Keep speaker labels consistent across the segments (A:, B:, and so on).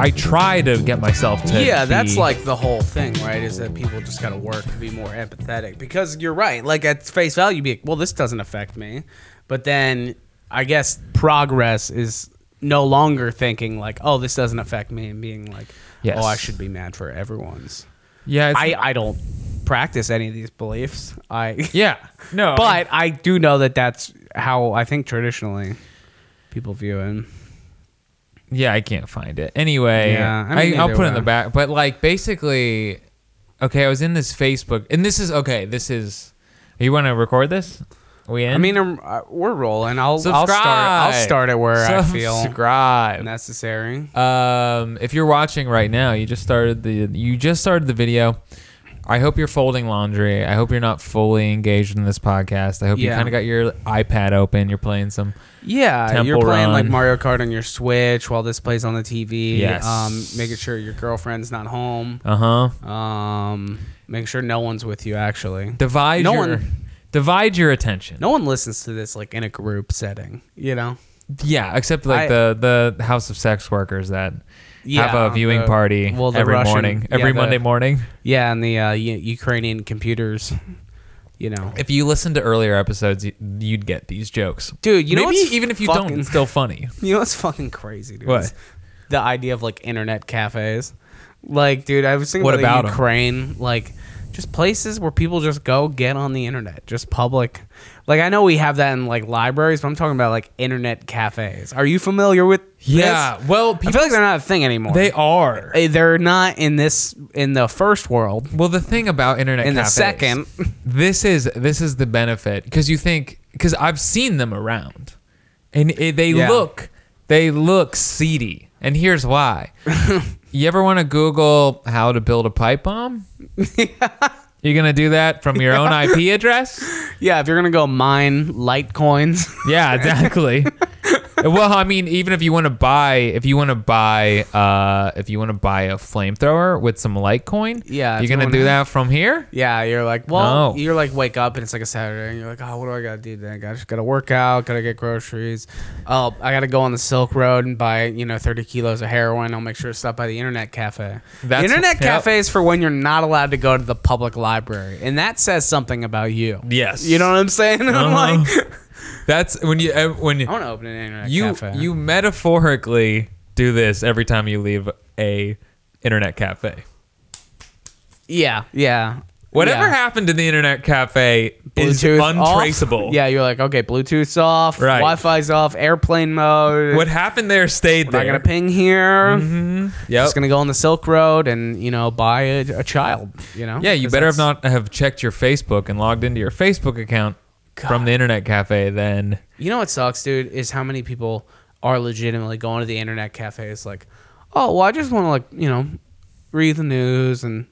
A: I try to get myself to.
B: yeah, that's
A: be-
B: like the whole thing, right? Is that people just got to work to be more empathetic because you're right. Like at face value, you'd be like, well, this doesn't affect me, but then I guess progress is no longer thinking like, oh, this doesn't affect me, and being like,
A: Yes.
B: oh, I should be mad for everyone's.
A: Yeah, it's,
B: I I don't practice any of these beliefs. I
A: yeah. No,
B: but I do know that that's how I think traditionally people view it.
A: Yeah, I can't find it. Anyway,
B: Yeah, I
A: I
B: mean,
A: I, will
B: either
A: put it in the
B: way.
A: back. But like basically, okay, I was in this Facebook, and this is okay. This is. You want to record this? we in?
B: I mean, I'm, I, we're rolling. I'll I'll start. I'll start at where I feel
A: Subscribe.
B: necessary.
A: Um, if you're watching right now, you just started the you just started the video. I hope you're folding laundry. I hope you're not fully engaged in this podcast. I hope you
B: Yeah.
A: kind of got your iPad open. You're playing some.
B: Yeah, you're
A: Temple
B: playing like
A: Run.
B: Mario Kart on your Switch while this plays on the TV.
A: Yes.
B: Um, making sure your girlfriend's not home.
A: Uh huh.
B: Um, making sure no one's with you. Actually,
A: Divide
B: No
A: your
B: one-
A: divide your attention.
B: no one listens to this like in a group setting. You know.
A: Yeah, except like
B: I-
A: the the House of Sex Workers that have
B: Yeah,
A: a viewing
B: the-
A: party
B: well, the
A: every
B: Russian-
A: morning,
B: yeah,
A: every
B: the-
A: Monday morning.
B: Yeah, and the uh, U- Ukrainian computers. You know.
A: If you listen to earlier episodes, y- you'd get these jokes,
B: Dude, you know
A: Maybe
B: what's
A: even if you don't,
B: fucking-
A: it's still funny.
B: You know what's fucking crazy, dude?
A: What?
B: Is The idea of like internet cafes. Like, dude, I was thinking
A: What
B: about,
A: about 'em?
B: the Ukraine, like just places where people just go get on the internet, just public. Like I know we have that in like libraries, but I'm talking about like internet cafes. Are you familiar with
A: Yeah,
B: this?
A: well,
B: I
A: people,
B: feel like they're not a thing anymore.
A: they are.
B: Eh, they're not in this in the first world.
A: Well, the thing about internet
B: In the
A: cafes,
B: second.
A: this is this is the benefit because you think because I've seen them around, and it, they
B: Yeah.
A: look they look seedy, and here's why. you ever want to Google how to build a pipe bomb? You're gonna do that from your own IP address?
B: Yeah, if you're gonna go mine Litecoins.
A: Yeah, exactly. well, I mean, even if you want to buy, if you want to buy, uh, if you want to buy a flamethrower with some Litecoin,
B: Yeah,
A: you're
B: it's
A: gonna
B: going-
A: do that from here.
B: Yeah, you're like, well,
A: No.
B: you're like, wake up and it's like a Saturday, and you're like, oh, what do I gotta do then? I just gotta work out, gotta get groceries. Oh, I gotta go on the Silk Road and buy, you know, 30 kilos of heroin. I'll make sure to stop by the Internet Cafe.
A: That's-
B: the Internet
A: yep.
B: Cafe is for when you're not allowed to go to the public library, and that says something about you.
A: Yes. Uh-huh.
B: You know what I'm saying? I'm like,
A: That's when you uh, when
B: I wanna open an Internet
A: you
B: Cafe.
A: you metaphorically do this every time you leave a internet cafe.
B: yeah, yeah.
A: Whatever
B: yeah.
A: happened to the internet cafe is
B: off.
A: untraceable.
B: Yeah, you're like, okay, Bluetooth's off,
A: Right.
B: Wi-Fi's off, airplane mode.
A: What happened there stayed
B: Not
A: there. Mm-hmm.
B: gonna ping here.
A: Yep.
B: just gonna go on the Silk Road and you know buy a, a child. You know.
A: yeah, you
B: 'Cause
A: better have
B: that's-
A: not have checked your Facebook and logged into your Facebook account from the internet cafe then.
B: You know what sucks, dude, is how many people are legitimately going to the internet cafes like, oh, well, I just want to like you know read the news and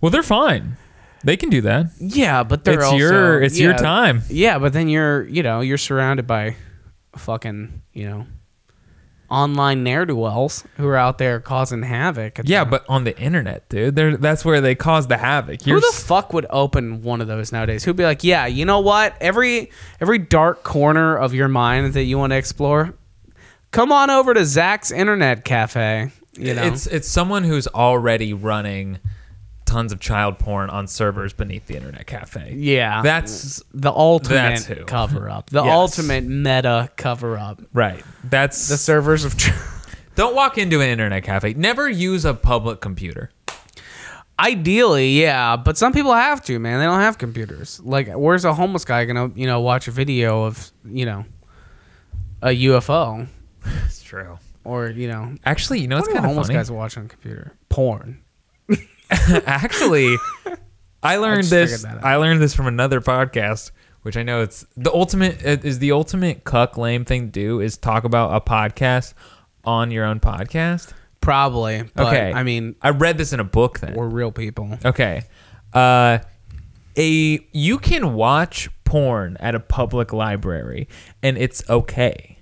A: Well, they're fine. They can do that.
B: yeah, but they're
A: it's
B: also-
A: your it's your
B: yeah.
A: time.
B: Yeah, but then you're you know you're surrounded by fucking you know online ne'er do wells who are out there causing havoc. at
A: Yeah,
B: the-
A: but on the internet, dude. They're, that's where they cause the havoc. You're
B: Who the
A: s-
B: fuck would open one of those nowadays? Who'd be like, yeah, you know what? Every every dark corner of your mind that you want to explore, come on over to Zach's Internet Cafe. You know,
A: It's it's someone who's already running tons of child porn on servers beneath the internet cafe.
B: yeah,
A: That's
B: the ultimate
A: that's who.
B: cover up, the
A: Yes.
B: ultimate meta cover up.
A: right. That's
B: The servers of. Tr-
A: don't walk into an internet cafe. Never use a public computer.
B: Ideally, yeah, but some people have to, man. They don't have computers. Like, where's a homeless guy gonna, you know, watch a video of, you know, a UFO
A: That's true.
B: or, you know,
A: Actually, you know what's
B: What do
A: kind of
B: homeless
A: funny?
B: guys watch on a computer? Porn.
A: Actually, I learned
B: just
A: this.
B: figured that out.
A: I learned this from another podcast, which I know it's the ultimate it is the ultimate cuck lame thing to do is talk about a podcast on your own podcast.
B: Probably. But,
A: Okay.
B: I mean,
A: I read this in a book then.
B: we're real people.
A: Okay. Uh a you can watch porn at a public library and it's okay.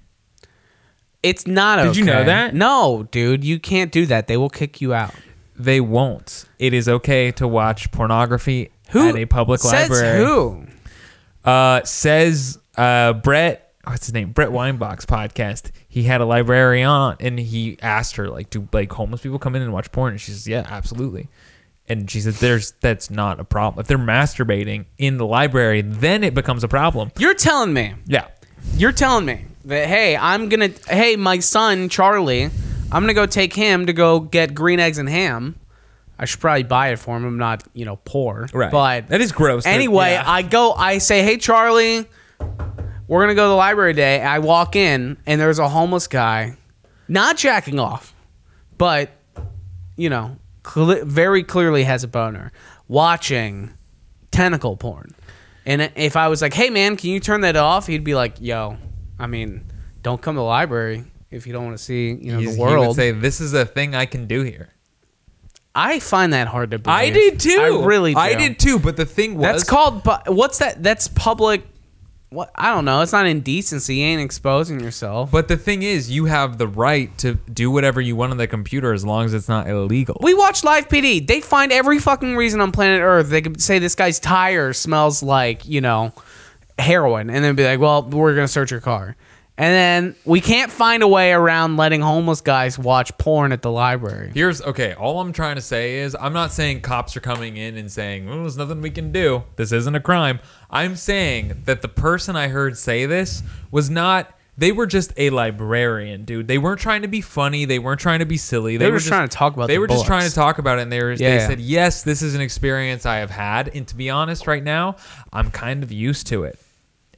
B: It's not
A: Did you know
B: okay.
A: that?
B: No, dude, you can't do that. They will kick you out.
A: They won't. It is okay to watch pornography
B: Who
A: at a public
B: says
A: library.
B: Who?
A: Uh says uh Brett what's his name Brett Weinbach's podcast. He had a librarian on, and he asked her like, "Do like homeless people come in and watch porn?" And she says, "Yeah, absolutely." And she says, "There's that's not a problem. If they're masturbating in the library, then it becomes a problem."
B: You're telling me.
A: Yeah,
B: You're telling me that hey, I'm gonna hey, my son Charlie, I'm gonna go take him to go get green eggs and ham. I should probably buy it for him. I'm not, you know, poor.
A: right.
B: But
A: that is gross. They're-
B: Anyway,
A: yeah.
B: I go, I say, hey, Charlie, we're going to go to the library today. I walk in, and there's a homeless guy, not jacking off, but, you know, cle very clearly has a boner, watching tentacle porn. And if I was like, hey, man, can you turn that off? He'd be like, yo, I mean, don't come to the library if you don't want to see, you know,
A: He's-
B: the
A: He would
B: world.
A: say, "This is a thing I can do here."
B: I find that hard to believe.
A: I did too.
B: I really do.
A: I did too. But the thing was,
B: That's called. pu- What's that? That's public. What I don't know. It's not indecency. You ain't exposing yourself.
A: But the thing is, you have the right to do whatever you want on the computer as long as it's not illegal.
B: we watch live PD. They find every fucking reason on planet Earth. They could say this guy's tire smells like you know heroin, and then be like, "Well, we're gonna search your car." And then we can't find a way around letting homeless guys watch porn at the library.
A: Here's okay. All I'm trying to say is, I'm not saying cops are coming in and saying, well, there's nothing we can do. This isn't a crime. I'm saying that the person I heard say this was not, they were just a librarian, dude. They weren't trying to be funny. They weren't trying to be silly. They,
B: were just trying to talk about
A: They
B: the
A: were just trying to
B: books.
A: talk about it. And they, were, they
B: Yeah.
A: said, yes, this is an experience I have had. And to be honest, right now, I'm kind of used to it.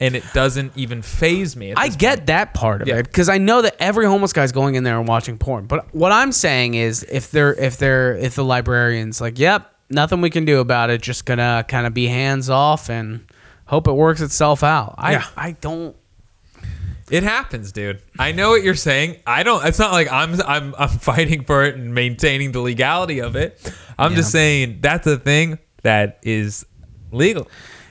A: And it doesn't even phase me. at
B: I
A: this
B: get that part of
A: Yeah.
B: it because I know that every homeless guy's going in there and watching porn. But what I'm saying is, if they're if they're if the librarian's like, "Yep, nothing we can do about it. Just gonna kind of be hands off and hope it works itself out." I
A: Yeah.
B: I don't.
A: It happens, dude. I know what you're saying. I don't. It's not like I'm I'm I'm fighting for it and maintaining the legality of it. I'm just saying that's a thing that is legal.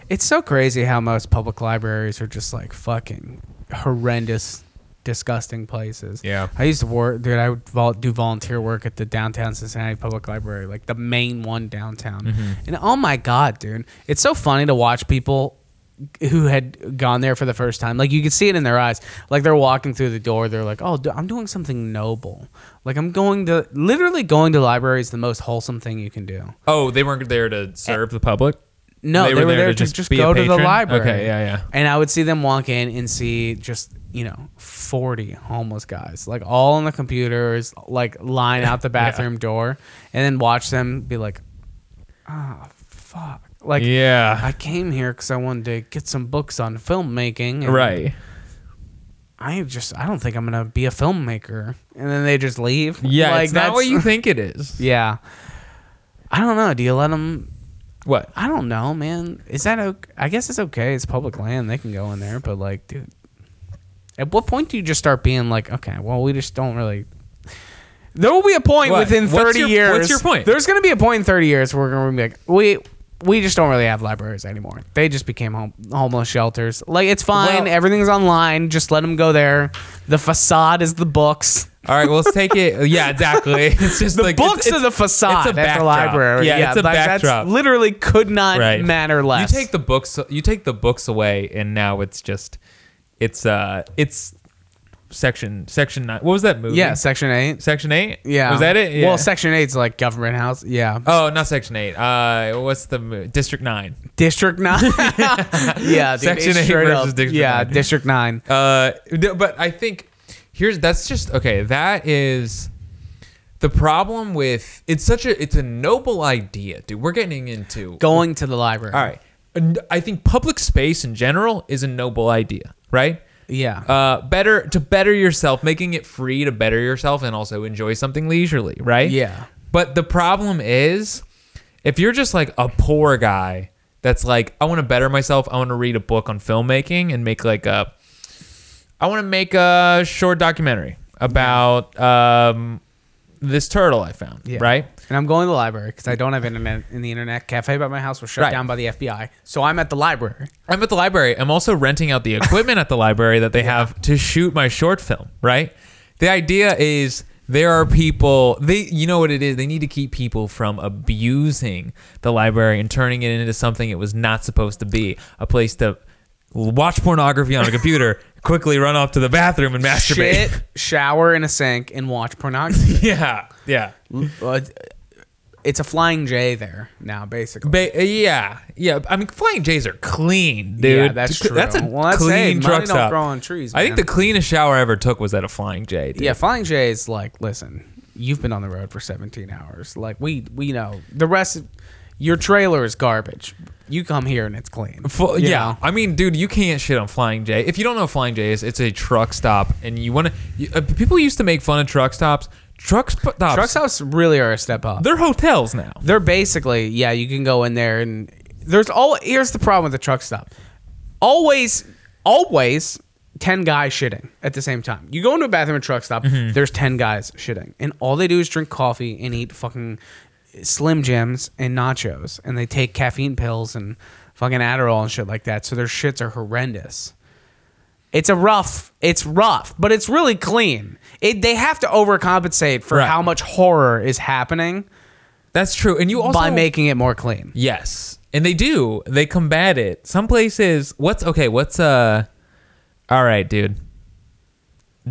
B: It's so crazy how most public libraries are just like fucking horrendous, disgusting places.
A: Yeah.
B: I used to work, dude. I would vol- do volunteer work at the downtown Cincinnati Public Library, like the main one downtown. And oh my god, dude, it's so funny to watch people who had gone there for the first time. Like you could see it in their eyes. Like they're walking through the door, they're like, "Oh, d- I'm doing something noble. Like I'm going to literally going to library is the most wholesome thing you can do."
A: Oh, they weren't there to serve the public.
B: No, they, were, there, to just,
A: be a
B: go to the
A: patron?
B: library.
A: Okay, yeah, yeah.
B: And I would see them walk in and see just you know forty homeless guys, like all on the computers, like line out the bathroom door, and then watch them be like, "Ah, fuck!" Like,
A: Yeah.
B: I came here because I wanted to get some books on filmmaking. and
A: Right.
B: I just I don't think I'm gonna be a filmmaker, and then they just leave.
A: Yeah.
B: Like
A: it's not what
B: that's-
A: you think it is.
B: Yeah. I don't know. Do you let them
A: What?
B: I don't know, man. Is that okay? I guess it's okay. It's public land. They can go in there, but like, dude, at what point do you just start being like, okay, well, we just don't really. There will be a point
A: What?
B: within
A: What's
B: thirty
A: your-
B: years.
A: what's your point?
B: There's going to be a point in thirty years where we're going to be like, we we just don't really have libraries anymore. They just became home, homeless shelters. Like it's fine.
A: Well-
B: Everything's online. Just let them go there. The facade is the books.
A: All right. Well, let's take it. Yeah, exactly. It's just
B: The
A: like it's-
B: books are the
A: it's
B: facade
A: a
B: at the
A: backdrop.
B: library.
A: Yeah, it's a
B: like,
A: backdrop.
B: That's literally could not
A: right.
B: matter less.
A: You take the books you take the books away and now it's just it's uh it's section section 9. What was that movie?
B: yeah, Section Eight.
A: Section 8?
B: Yeah.
A: Was that it? Yeah.
B: Well, Section 8's like government house. Yeah.
A: Oh, not Section 8. Uh what's the mo- District 9.
B: District 9. yeah, dude,
A: Section
B: it's
A: 8
B: straight
A: versus
B: up-
A: District
B: Yeah,
A: 9.
B: District 9.
A: Uh no, but I think here's that's just okay, that is the problem with it's such a it's a noble idea, dude. We're getting into
B: Going to the library.
A: All right. And I think public space in general is a noble idea, right?
B: Yeah.
A: uh, better to better yourself, making it free to better yourself and also enjoy something leisurely, right?
B: Yeah.
A: But the problem is, if you're just like a poor guy that's like, I want to better myself, I want to read a book on filmmaking and make like a, I want to make a short documentary about um, this turtle I found,
B: Yeah.
A: right?
B: and I'm going to the library because I don't have internet in the internet cafe by my house was shut
A: Right.
B: down by the FBI. So I'm at the library.
A: I'm at the library. I'm also renting out the equipment at the library that they have to shoot my short film, right? The idea is there are people they you know what it is they need to keep people from abusing the library and turning it into something it was not supposed to be a place to watch pornography on a computer quickly run off to the bathroom and masturbate.
B: Shit, shower in a sink, and watch pornography.
A: yeah, yeah,
B: Uh, it's a flying J there now, basically.
A: ba- yeah, yeah. I mean, Flying J's are clean, dude.
B: Yeah, that's
A: Th-
B: true.
A: That's a
B: Well, that's-
A: clean
B: hey, money
A: truck
B: don't
A: stop.
B: grow on trees,
A: I think the
B: man.
A: cleanest shower I ever took was at a Flying J. Dude.
B: Yeah, Flying J is like, listen, you've been on the road for 17 hours. Like we we know the rest. Of, your trailer is garbage. You come here and it's clean.
A: Fu-
B: you
A: yeah,
B: know?
A: I mean, dude, you can't shit on Flying J. If you don't know what Flying J is, it's a truck stop, and you want to. Uh, people used to make fun of truck stops. Truck sp- stops.
B: Truck stops really are a step up.
A: They're hotels now.
B: They're basically, yeah, you can go in there and there's all here's the problem with the truck stop. Always always 10 guys shitting at the same time. You go into a bathroom at a truck stop, there's 10 guys shitting and all they do is drink coffee and eat fucking Slim Jims and nachos and they take caffeine pills and fucking Adderall and shit like that. So their shits are horrendous. It's a rough, it's rough, but it's really clean. It, they have to overcompensate for
A: Right.
B: how much horror is happening
A: That's true, and you also
B: by making it more clean.
A: Yes. And they do. They combat it. Some places what's okay, what's uh all right, dude.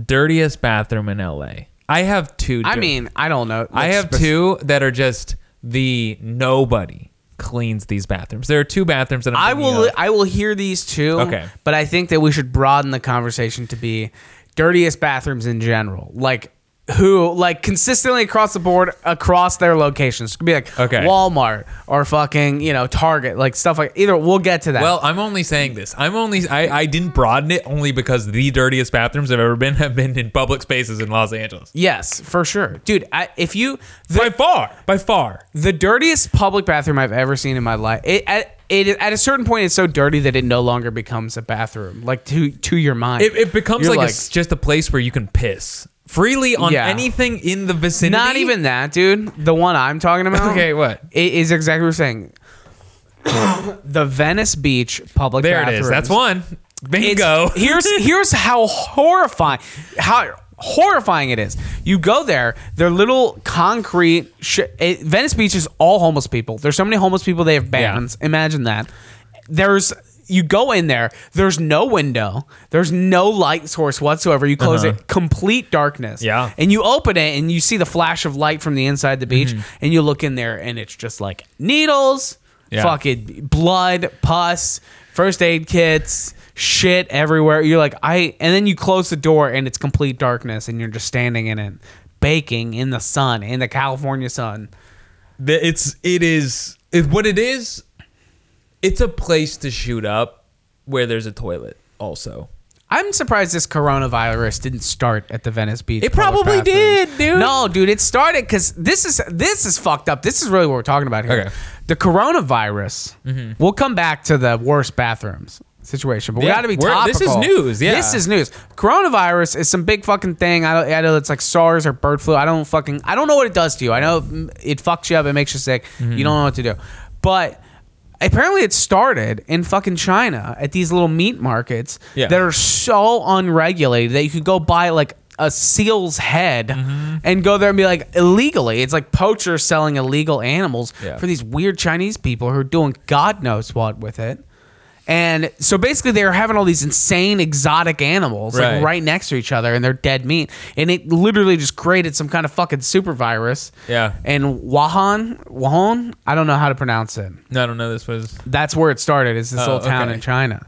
A: Dirtiest bathroom in LA. I have two.
B: I
A: dir-
B: mean, I don't know.
A: I
B: Like,
A: have
B: spec-
A: two that are just the nobody cleans these bathrooms. There are two bathrooms that I'm
B: I
A: thinking
B: will.
A: of.
B: I will hear these two.
A: Okay.
B: but I think that we should broaden the conversation to be dirtiest bathrooms in general. Like who? Like consistently across the board, across their locations. It could be like
A: Okay.
B: Walmart or fucking you know Target, like stuff like either. We'll get to that.
A: Well, I'm only saying this. I'm only I, I didn't broaden it only because the dirtiest bathrooms I've ever been have been in public spaces in Los Angeles.
B: yes, for sure, dude. I, if you the,
A: By far. By far.
B: the dirtiest public bathroom I've ever seen in my life. It at, it at a certain point, it's so dirty that it no longer becomes a bathroom. Like to to your mind,
A: It, it becomes
B: You're
A: like, it's just a place where you can piss freely on
B: Yeah.
A: anything in the vicinity.
B: Not even that, dude. The one I'm talking about.
A: Okay, what?
B: It is exactly what you're saying. the Venice Beach public
A: There it
B: bathrooms.
A: is. That's one.
B: It's-
A: Bingo.
B: here's here's how horrifying how horrifying it is. You go there, they're little concrete. Sh- it, Venice Beach is all homeless people. There's so many homeless people. They have bands. Imagine that. There's you go in there. There's no window. There's no light source whatsoever. You close it. Complete darkness.
A: Uh-huh. Yeah.
B: And you open it and you see the flash of light from the inside the beach, and you look in there and it's just like needles,
A: Yeah.
B: fucking blood, pus, first aid kits, shit everywhere. You're like, I, and then you close the door and it's complete darkness and you're just standing in it, baking in the sun, in the California sun.
A: Th- It's it is it, what it is. It's a place to shoot up where there's a toilet. Also,
B: I'm surprised this coronavirus didn't start at the Venice Beach.
A: It
B: public
A: probably did,
B: bathrooms.
A: dude.
B: No, dude, it started because this is this is fucked up. This is really what we're talking about here.
A: Okay. Mm-hmm.
B: The coronavirus. We'll come back to the worst bathrooms situation, but we
A: Yeah,
B: got to be
A: we're-
B: topical.
A: this is news, yeah.
B: this is news. Coronavirus is some big fucking thing. I, don't, I know it's like SARS or bird flu. I don't fucking I don't know what it does to you. I know it fucks you up. It makes you sick. You don't know what to do, but. Apparently, it started in fucking China at these little meat markets
A: Yeah.
B: that are so unregulated that you could go buy like a seal's head
A: Mm-hmm.
B: and go there and be like illegally. It's like poachers selling illegal animals
A: Yeah.
B: for these weird Chinese people who are doing God knows what with it. And so basically, they were having all these insane exotic animals
A: Right.
B: like right next to each other, and they're dead meat. And it literally just created some kind of fucking super virus.
A: Yeah.
B: And Wuhan, Wuhan, I don't know how to pronounce it
A: no, I don't know. This was
B: that's where it started is this
A: Oh,
B: little town
A: okay.
B: in china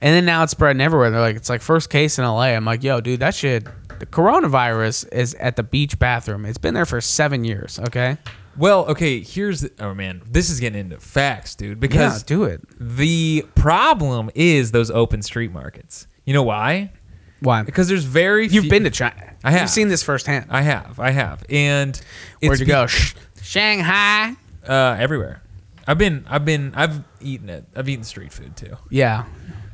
B: and then now it's spreading everywhere they're like it's like first case in la i'm like yo dude that shit the coronavirus is at the beach bathroom it's been there for seven years okay
A: well. Okay, here's the- oh man, this is getting into facts, dude.
B: yeah
A: Because
B: do it
A: the problem is those open street markets. You know why?
B: why
A: Because there's very
B: you've
A: few-
B: been to china
A: I have.
B: you've seen this firsthand
A: I have, I have, and
B: where'd you
A: be-
B: go Sh- shanghai
A: Uh, everywhere. I've been, I've been, I've eaten it. I've eaten street food too.
B: yeah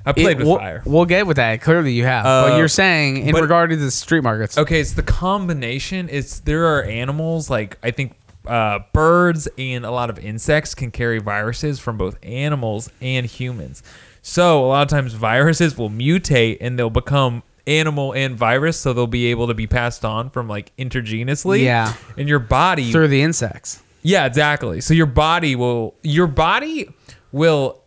A: I played
B: It-
A: with
B: we'll,
A: fire.
B: we'll get with that clearly you have
A: Uh,
B: but you're saying in
A: but-
B: regard to the street markets
A: Okay, it's the combination. It's there are animals like I think uh, birds and a lot of insects can carry viruses from both animals and humans. So a lot of times viruses will mutate and they'll become animal and virus, so they'll be able to be passed on from like intergenously.
B: Yeah.
A: and your body
B: through the insects
A: Yeah, exactly. So your body will your body will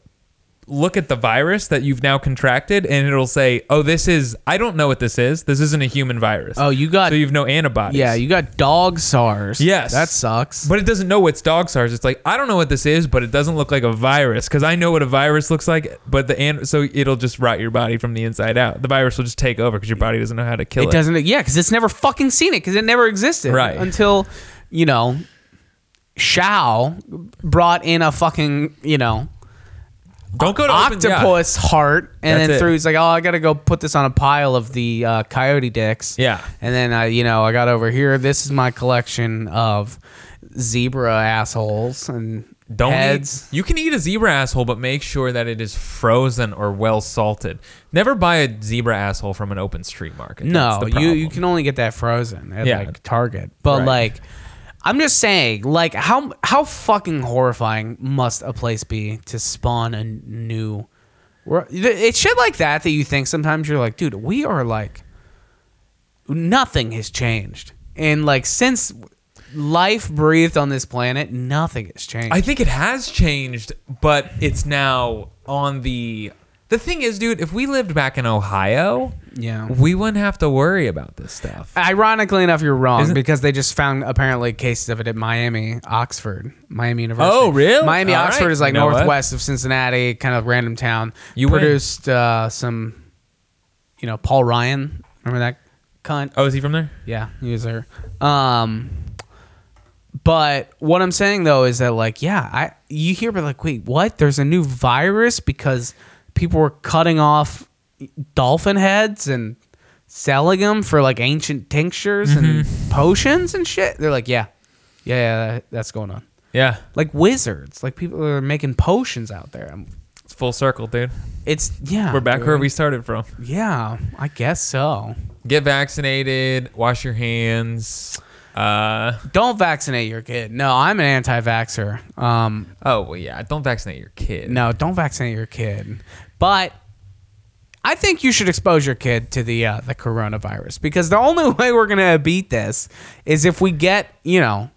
A: look at the virus that you've now contracted and it'll say, "Oh, this is I don't know what this is. This isn't a human virus."
B: Oh, you got
A: so you've no antibodies.
B: yeah, you got dog SARS.
A: Yes.
B: that sucks.
A: But it doesn't know it's dog SARS. It's like I don't know what this is, but it doesn't look like a virus because I know what a virus looks like. But the and so it'll just rot your body from the inside out. The virus will just take over because your body doesn't know how to kill it.
B: it doesn't. Yeah, because it's never fucking seen it because it never existed
A: Right.
B: until you know, Shao brought in a fucking you know
A: don't go to open- yeah.
B: octopus heart and
A: That's
B: then
A: it.
B: threw. He's like, oh, I gotta go put this on a pile of the uh, coyote dicks.
A: Yeah.
B: and then I, you know, I got over here. This is my collection of zebra assholes and
A: Don't eat-
B: heads.
A: you can eat a zebra asshole, but make sure that it is frozen or well salted. Never buy a zebra asshole from an open street market. That's
B: No,
A: the
B: you you
A: problem.
B: can only get that frozen at
A: Yeah.
B: like Target. But
A: Right.
B: like I'm just saying, like how how fucking horrifying must a place be to spawn a new wor- it's shit like that that you think sometimes you're like, dude, we are like nothing has changed. And like since life breathed on this planet, nothing has changed.
A: I think it has changed, but it's now on the. The thing is, dude, if we lived back in Ohio,
B: yeah.
A: we wouldn't have to worry about this stuff.
B: Ironically enough, you're wrong because they just found apparently cases of it at Miami, Oxford, Miami University.
A: Oh, really?
B: Miami
A: All
B: Oxford
A: right.
B: is like
A: You know what?
B: northwest of Cincinnati, kind of random town.
A: You win.
B: produced uh, some, you know, Paul Ryan. Remember that cunt?
A: Oh, is he from there?
B: Yeah, he was there. Um, but what I'm saying though is that like, yeah, I you hear but like, wait, what? There's a new virus because people were cutting off dolphin heads and selling them for like ancient tinctures
A: Mm-hmm.
B: and potions and shit. They're like, yeah, yeah, yeah, that- that's going on.
A: Yeah,
B: Like wizards, like people are making potions out there. I'm-
A: it's full circle, dude.
B: It's yeah,
A: We're back
B: dude.
A: where we started from.
B: Yeah, I guess so.
A: Get vaccinated. Wash your hands. Uh,
B: Don't vaccinate your kid. No, I'm an anti-vaxer. Um,
A: oh well, yeah. Don't vaccinate your kid.
B: No, don't vaccinate your kid. But I think you should expose your kid to the uh, the coronavirus because the only way we're gonna beat this is if we get you know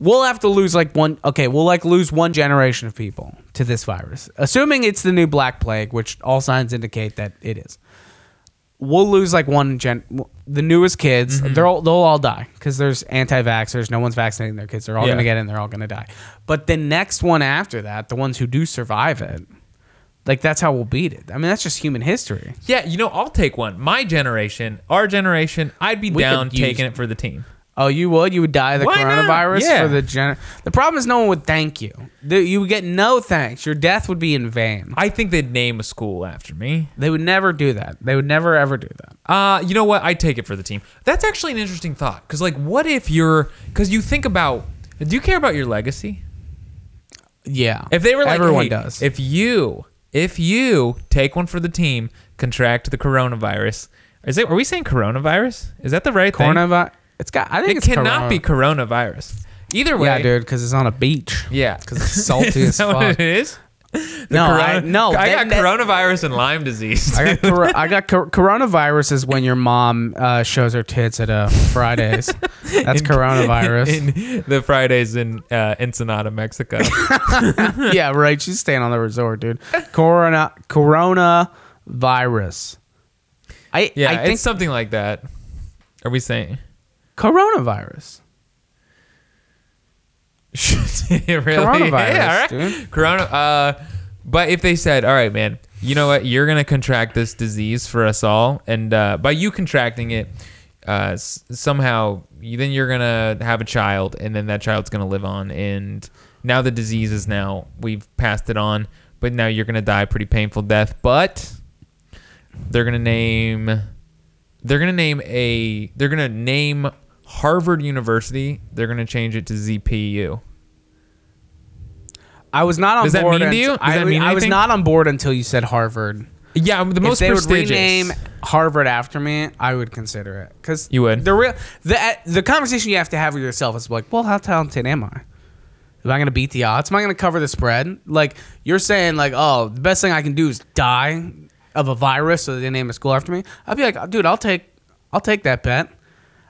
B: we'll have to lose like one okay we'll like lose one generation of people to this virus assuming it's the new black plague which all signs indicate that it is we'll lose like one gen the newest kids they're all, they'll all die because there's anti-vaxxers no one's vaccinating their kids they're all
A: Yeah.
B: gonna get in they're all gonna die but the next one after that the ones who do survive it like that's how we'll beat it i mean that's just human history
A: Yeah, you know, I'll take one. My generation, our generation, I'd be
B: We
A: down
B: could use-
A: taking it for the team.
B: oh you would you would die of the
A: Why not?
B: coronavirus
A: Yeah.
B: for the gen the problem is no one would thank you The- you would get no thanks your death would be in vain
A: I think they'd name a school after me.
B: they would never do that they would never ever do that
A: Uh, you know what? I'd take it for the team. That's actually an interesting thought. Because, like, what if you're. Because you think about. Do you care about your legacy?
B: yeah
A: If they were like.
B: everyone
A: hey,
B: does
A: If you. If you take one for the team, contract the coronavirus. Is it? Are we saying coronavirus? Is that the right thing?
B: coronavirus it's got i think
A: It
B: it's
A: cannot
B: corona-
A: be coronavirus. Either way.
B: yeah dude because it's on a beach
A: Yeah.
B: because it's salty
A: Is
B: as
A: that what
B: fuck.
A: it is? The
B: No, I- no,
A: I
B: that-
A: got
B: that-
A: coronavirus and Lyme disease.
B: I got, cor- I got cor- coronavirus is when your mom uh, shows her tits at uh, Fridays. That's coronavirus.
A: in the Fridays in uh, Ensenada, Mexico.
B: yeah, right. She's staying on the resort, dude. Corona coronavirus. I
A: Yeah,
B: I think
A: it's something like that. Are we saying?
B: coronavirus.
A: It really?
B: Coronavirus,
A: all
B: dude.
A: Corona. Uh, but if they said, "All right, man, you know what? You're gonna contract this disease for us all, and uh, by you contracting it, uh, s- somehow, you, then you're gonna have a child, and then that child's gonna live on, and now the disease is now we've passed it on, but now you're gonna die a pretty painful death, but they're gonna name." They're gonna name a. They're gonna name Harvard University. They're gonna change it to ZPU.
B: I was not on
A: Does that mean
B: board.
A: to
B: unt-
A: you? Does
B: I,
A: that mean
B: I was
A: anything?
B: not on board until you said Harvard.
A: Yeah, the most
B: if they
A: prestigious.
B: would rename Harvard after me, I would consider it because
A: You would.
B: the real the uh, the conversation you have to have with yourself is like, well, how talented am I? Am I going to beat the odds? Am I going to cover the spread? Like you're saying, like, oh, the best thing I can do is die of a virus, so they name a school after me. I'd be like, dude, I'll take I'll take that bet.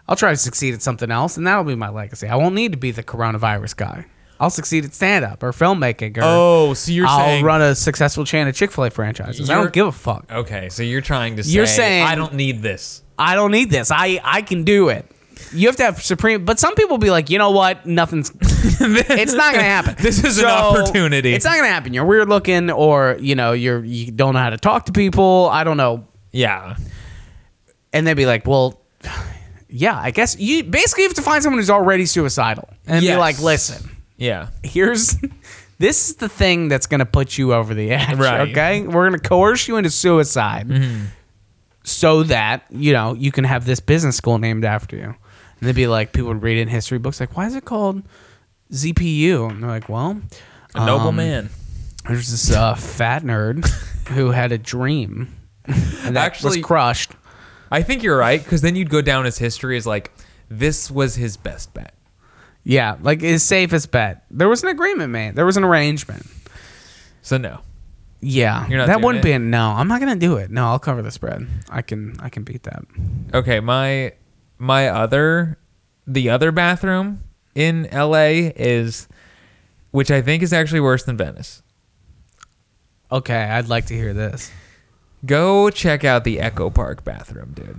B: I'll try to succeed at something else, and that'll be my legacy. I won't need to be the coronavirus guy. I'll succeed at stand up or filmmaking or
A: Oh, so you're
B: I'll
A: saying
B: run a successful chain of Chick fil A franchises. I
A: You're-
B: don't give a fuck.
A: Okay, so you're trying to say
B: You're saying-
A: I don't need this.
B: I don't need this. I, I can do it. You have to have supreme, but some people be like, you know what? Nothing's. it's not gonna happen.
A: This is an opportunity.
B: It's not gonna happen. You're weird looking, or you know, you're you don't know how to talk to people. I don't know.
A: Yeah.
B: and they'd be like, "Well, yeah, I guess you basically have to find someone who's already suicidal and
A: Yes.
B: be like, listen,
A: Yeah.
B: here's this is the thing that's gonna put you over the edge,
A: Right. Mm-hmm.
B: okay? We're gonna coerce you into suicide so that you know you can have this business school named after you." And they'd be like, people would read it in history books, like, "Why is it called ZPU?" And they're like, "Well."
A: A noble
B: um,
A: man.
B: There's this uh, fat nerd who had a dream and that
A: Actually-
B: was crushed.
A: I think you're right because then you'd go down his history as like this was his best bet.
B: Yeah, like his safest bet. There was an agreement made. There was an arrangement.
A: So no.
B: Yeah,
A: You're not
B: that
A: doing
B: wouldn't be
A: it?
B: a no. I'm not gonna do it. No, I'll cover the spread. I can I can beat that.
A: Okay, my my other the other bathroom in LA is which I think is actually worse than Venice.
B: Okay, I'd like to hear this.
A: Go check out the Echo Park bathroom, dude.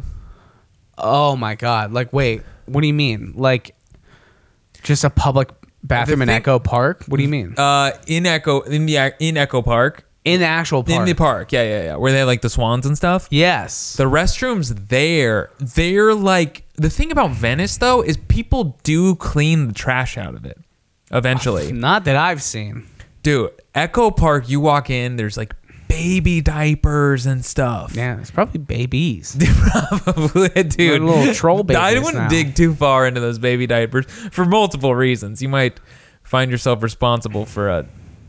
B: Oh my god! Like, wait, what do you mean? Like, just a public bathroom in
A: thing-
B: Echo Park? What do you mean?
A: Uh in Echo in the in Echo Park,
B: in the actual park?
A: in the park. Yeah, yeah, yeah. Where they have, like the swans and stuff.
B: yes.
A: The restrooms there, they're like the thing about Venice though is people do clean the trash out of it eventually.
B: not that I've seen.
A: Dude, Echo Park, you walk in, there's like baby diapers and stuff.
B: Yeah, it's probably babies.
A: Probably, dude.
B: little troll
A: I
B: babies
A: wouldn't
B: now.
A: dig too far into those baby diapers for multiple reasons. You might find yourself responsible for a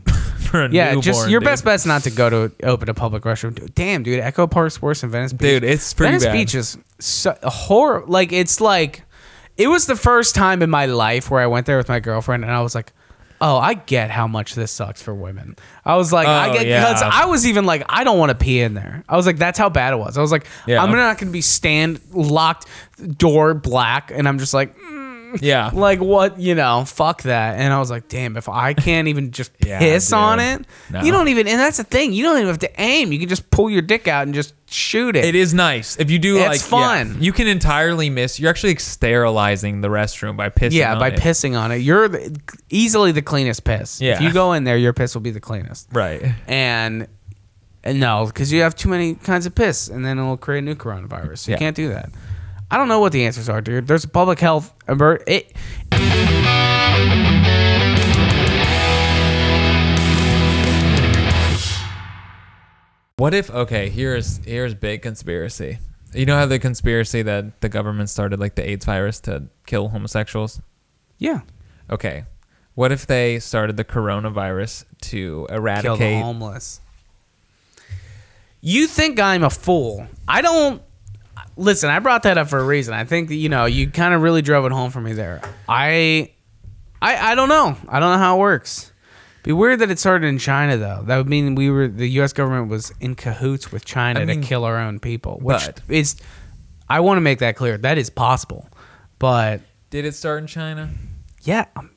A: for a
B: Yeah,
A: newborn.
B: just your
A: dude.
B: best bet's not to go to open a public restroom. Dude, Damn, dude, Echo Park's worse than Venice Beach.
A: Dude, it's pretty
B: Venice
A: bad.
B: Beach is so, horror. Like it's like it was the first time in my life where I went there with my girlfriend, and I was like. Oh, I get how much this sucks for women. I was like, I
A: Oh,
B: get
A: yeah.
B: because I was even like, I don't want to pee in there. I was like, that's how bad it was. I was like,
A: Yeah.
B: I'm not going to be stand locked, door black, and I'm just like,
A: Yeah.
B: like what you know fuck that and i was like damn if i can't even just
A: Yeah,
B: piss
A: dude.
B: on it
A: No.
B: you don't even and that's the thing you don't even have to aim you can just pull your dick out and just shoot it,
A: It is nice if you do
B: It's
A: like yeah,
B: fun.
A: you can entirely miss. You're actually sterilizing the restroom by pissing.
B: yeah
A: on
B: by
A: it.
B: pissing on it you're the, easily the cleanest piss
A: Yeah.
B: if you go in there your piss will be the cleanest
A: Right.
B: and, and no because you have too many kinds of piss and then it'll create a new coronavirus you
A: Yeah.
B: can't do that i don't know what the answers are dude there's a public health emer- it,
A: What if okay, here's here's big conspiracy. You know how the conspiracy that the government started like the AIDS virus to kill homosexuals?
B: yeah
A: Okay. What if they started the coronavirus to
B: kill the
A: eradicate
B: homeless. You think I'm a fool? I don't. Listen, I brought that up for a reason. I think that you know you kind of really drove it home for me there. I, I, I don't know. I don't know how it works. Be weird that it started in China though. That would mean we were the U.S. government was in cahoots with China
A: I mean,
B: to kill our own people. Which
A: but-
B: is, I want to make that clear. That is possible, but
A: Did it start in China?
B: yeah, I'm-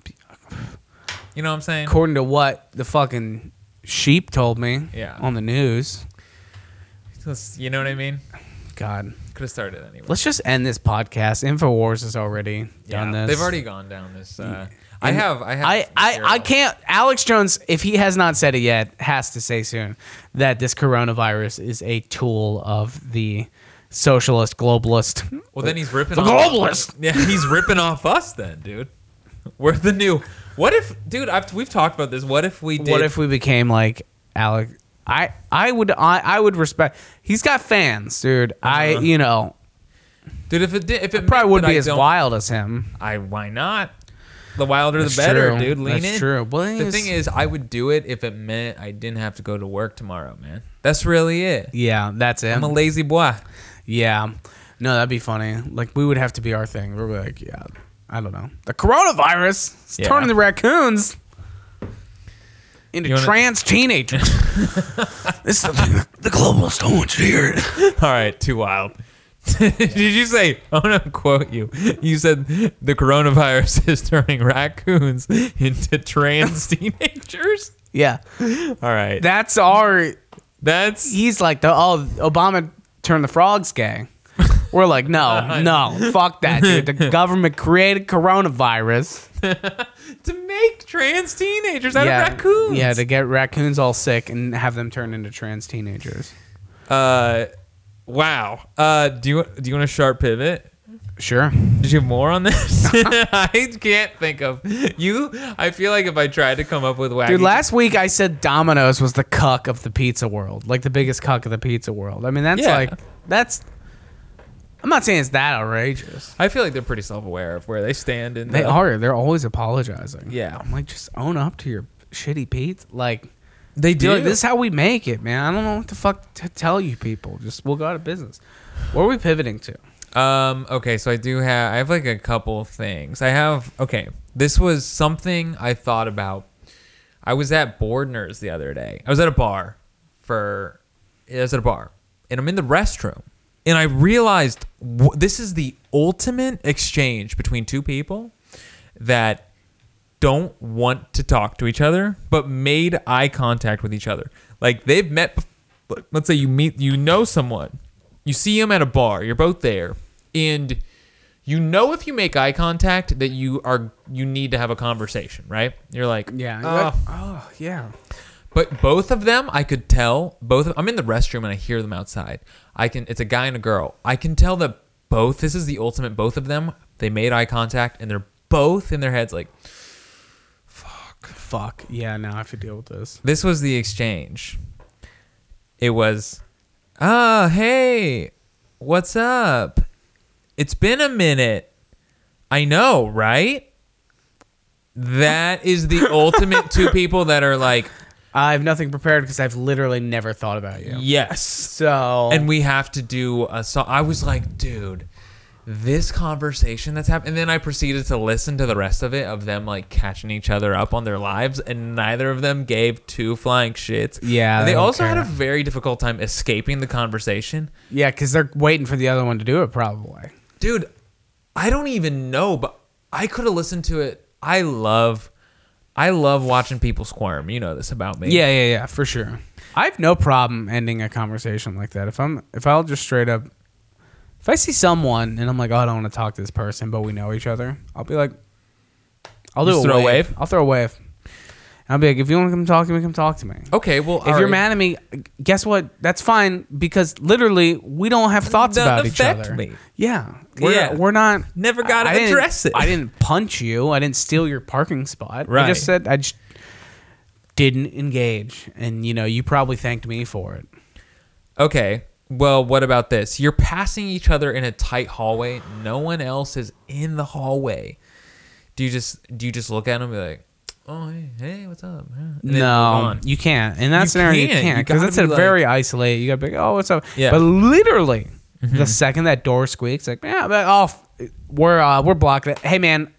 A: You know what I'm saying?
B: according to what the fucking sheep told me
A: Yeah.
B: on the news.
A: Just- You know what I mean?
B: God.
A: Could have started anyway.
B: Let's just end this podcast. Infowars has already done this.
A: They've already gone down this uh, I have I have
B: I, I, I
A: zero.
B: can't. Alex Jones, if he has not said it yet, has to say soon that this coronavirus is a tool of the socialist globalist.
A: Well, then he's ripping
B: The
A: off
B: globalist!
A: Yeah, he's ripping off us then, dude. We're the new. What if, dude? I've, we've talked about this. What if we did?
B: What if we became like Alex? I I would I, I would respect. He's got fans, dude. I you know
A: dude? If it did, if it
B: probably
A: meant
B: wouldn't
A: Uh-huh. that
B: be
A: I
B: as
A: don't-
B: wild as him.
A: I why not? The wilder
B: That's
A: the better,
B: true.
A: dude. Lean
B: That's
A: in.
B: true. Well,
A: the thing is, I would do it if it meant I didn't have to go to work tomorrow, man. That's really it.
B: Yeah, that's it.
A: I'm a lazy boy.
B: Yeah. No, that'd be funny. Like we would have to be our thing. We're like, yeah, I don't know. The coronavirus is
A: Yeah.
B: turning the raccoons into
A: You wanna-
B: trans teenagers. this is the thing that the globalists don't want you to hear. it.
A: All right, too wild. Did you say? I'm gonna quote you. You said the coronavirus is turning raccoons into trans teenagers.
B: Yeah,
A: All right,
B: that's our.
A: that's
B: He's like the oh Obama turned the frogs gay. We're like no no fuck that dude. The government created coronavirus.
A: to make trans teenagers out
B: yeah,
A: of raccoons.
B: Yeah, to get raccoons all sick and have them turn into trans teenagers.
A: uh, wow. Uh, do you do you want a sharp pivot?
B: Sure.
A: Did you have more on this? I can't think of you. I feel like if I tried to come up with wacky,
B: Dude, last week I said Domino's was the cuck of the pizza world, like the biggest cuck of the pizza world. I mean, that's
A: Yeah.
B: like that's. I'm not saying it's that outrageous.
A: I feel like they're pretty self-aware of where they stand. And
B: They are. They're always apologizing.
A: Yeah.
B: I'm like, just own up to your shitty pizza. Like,
A: They
B: dude,
A: do.
B: like, this is how we make it, man. I don't know what the fuck to tell you people. Just we'll go out of business. What are we pivoting to?
A: Um. Okay. So I do have. I have like a couple of things. I have. Okay. This was something I thought about. I was at Bordner's the other day. I was at a bar for. I was at a bar, and I'm in the restroom, and I realized w- this is the ultimate exchange between two people that don't want to talk to each other, but made eye contact with each other. Like they've met. bef- Let's say you meet, you know someone, you see them at a bar, you're both there, and you know if you make eye contact that you are you need to have a conversation, right? You're like,
B: Yeah.
A: "Uh,
B: like, oh yeah.
A: but both of them, I could tell. Both, of, I'm in the restroom and I hear them outside. I can. It's a guy and a girl. I can tell that both. This is the ultimate. Both of them. They made eye contact and they're both in their heads like
B: Fuck yeah. Now I have to deal with this.
A: this was the exchange. It was, ah, hey, what's up? It's been a minute. I know, right? That is the ultimate two people that are like,
B: I have nothing prepared because I've literally never thought about you.
A: yes.
B: So
A: and we have to do a song. I was like, dude, this conversation that's happened. And then I proceeded to listen to the rest of it of them like catching each other up on their lives, and neither of them gave two flying shits.
B: Yeah,
A: And they
B: they don't
A: also had a
B: care.
A: very difficult time escaping the conversation,
B: Yeah, because they're waiting for the other one to do it, probably.
A: dude. I don't even know, but I could have listened to it. I love. I love watching people squirm. You know this about me.
B: Yeah, yeah, yeah, for sure. I have no problem ending a conversation like that. If I'm, if I'll just straight up, if I see someone and I'm like, oh, I don't want to talk to this person, but we know each other, I'll be like, I'll do
A: Just
B: a
A: throw a
B: wave.
A: wave?
B: I'll throw a wave. And I'll be like, if you want to come talk to me, come talk to me.
A: Okay. Well,
B: If you're mad at me, guess what? That's fine because literally we don't have thoughts
A: doesn't
B: about each
A: affect
B: other.
A: me.
B: Yeah, we're,
A: Yeah.
B: we're not.
A: Never gotta
B: I didn't-
A: address it.
B: I didn't punch you. I didn't steal your parking spot. I
A: Right.
B: just said I just didn't engage, and you know you probably thanked me for it.
A: Okay. Well, what about this? You're passing each other in a tight hallway. No one else is in the hallway. Do you just do you just look at them and be like, "Oh, hey, hey what's up?" huh?" And then move
B: No,
A: on.
B: you can't. In that scenario,
A: can't.
B: you
A: You
B: can't because
A: gotta
B: it's
A: be
B: a
A: like-
B: very isolated. You got to be like, oh, what's up?
A: Yeah. Mm-hmm.
B: But literally, the second that door squeaks, like, yeah, but oh, f- we're uh, we're blocked. Hey, man,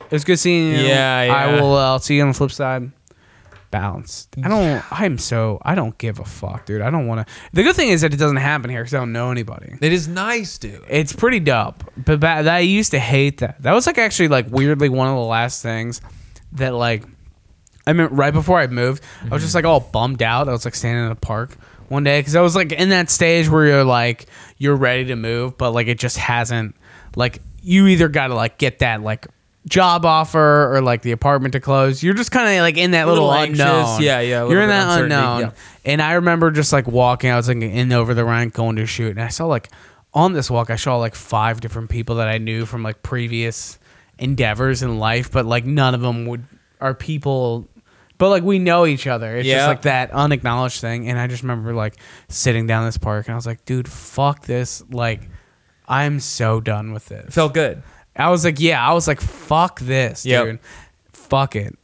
B: it was good seeing you.
A: Yeah,
B: I
A: yeah.
B: will. Uh, I'll see you on the flip side. Balanced. I don't. I'm so. I don't give a fuck, dude. I don't want to. The good thing is that it doesn't happen here because I don't know anybody.
A: It is nice, dude.
B: It's pretty dope. But ba- that, I used to hate that. That was like actually like weirdly one of the last things that like I mean right before I moved, I was just like all bummed out. I was like standing in the park one day cuz I was like in that stage where you're like you're ready to move, but like it just hasn't like you either got to like get that like job offer or like the apartment to close. You're just kind of like in that
A: little
B: little,
A: anxious.
B: unknown.
A: Yeah, yeah, a little
B: You're in
A: bit
B: that
A: uncertainty,
B: unknown.
A: yeah.
B: And I remember just like walking, I was like in over the rank going to shoot, and I saw like on this walk, I saw like five different people that I knew from like previous endeavors in life, but like none of them would are people. But like we know each other. It's
A: Yeah.
B: just like that unacknowledged thing. And I just remember like sitting down this park and I was like, dude, fuck this. Like, I'm so done with this.
A: Felt good.
B: I was like, yeah, I was like, fuck this,
A: Yep.
B: dude. Fuck it.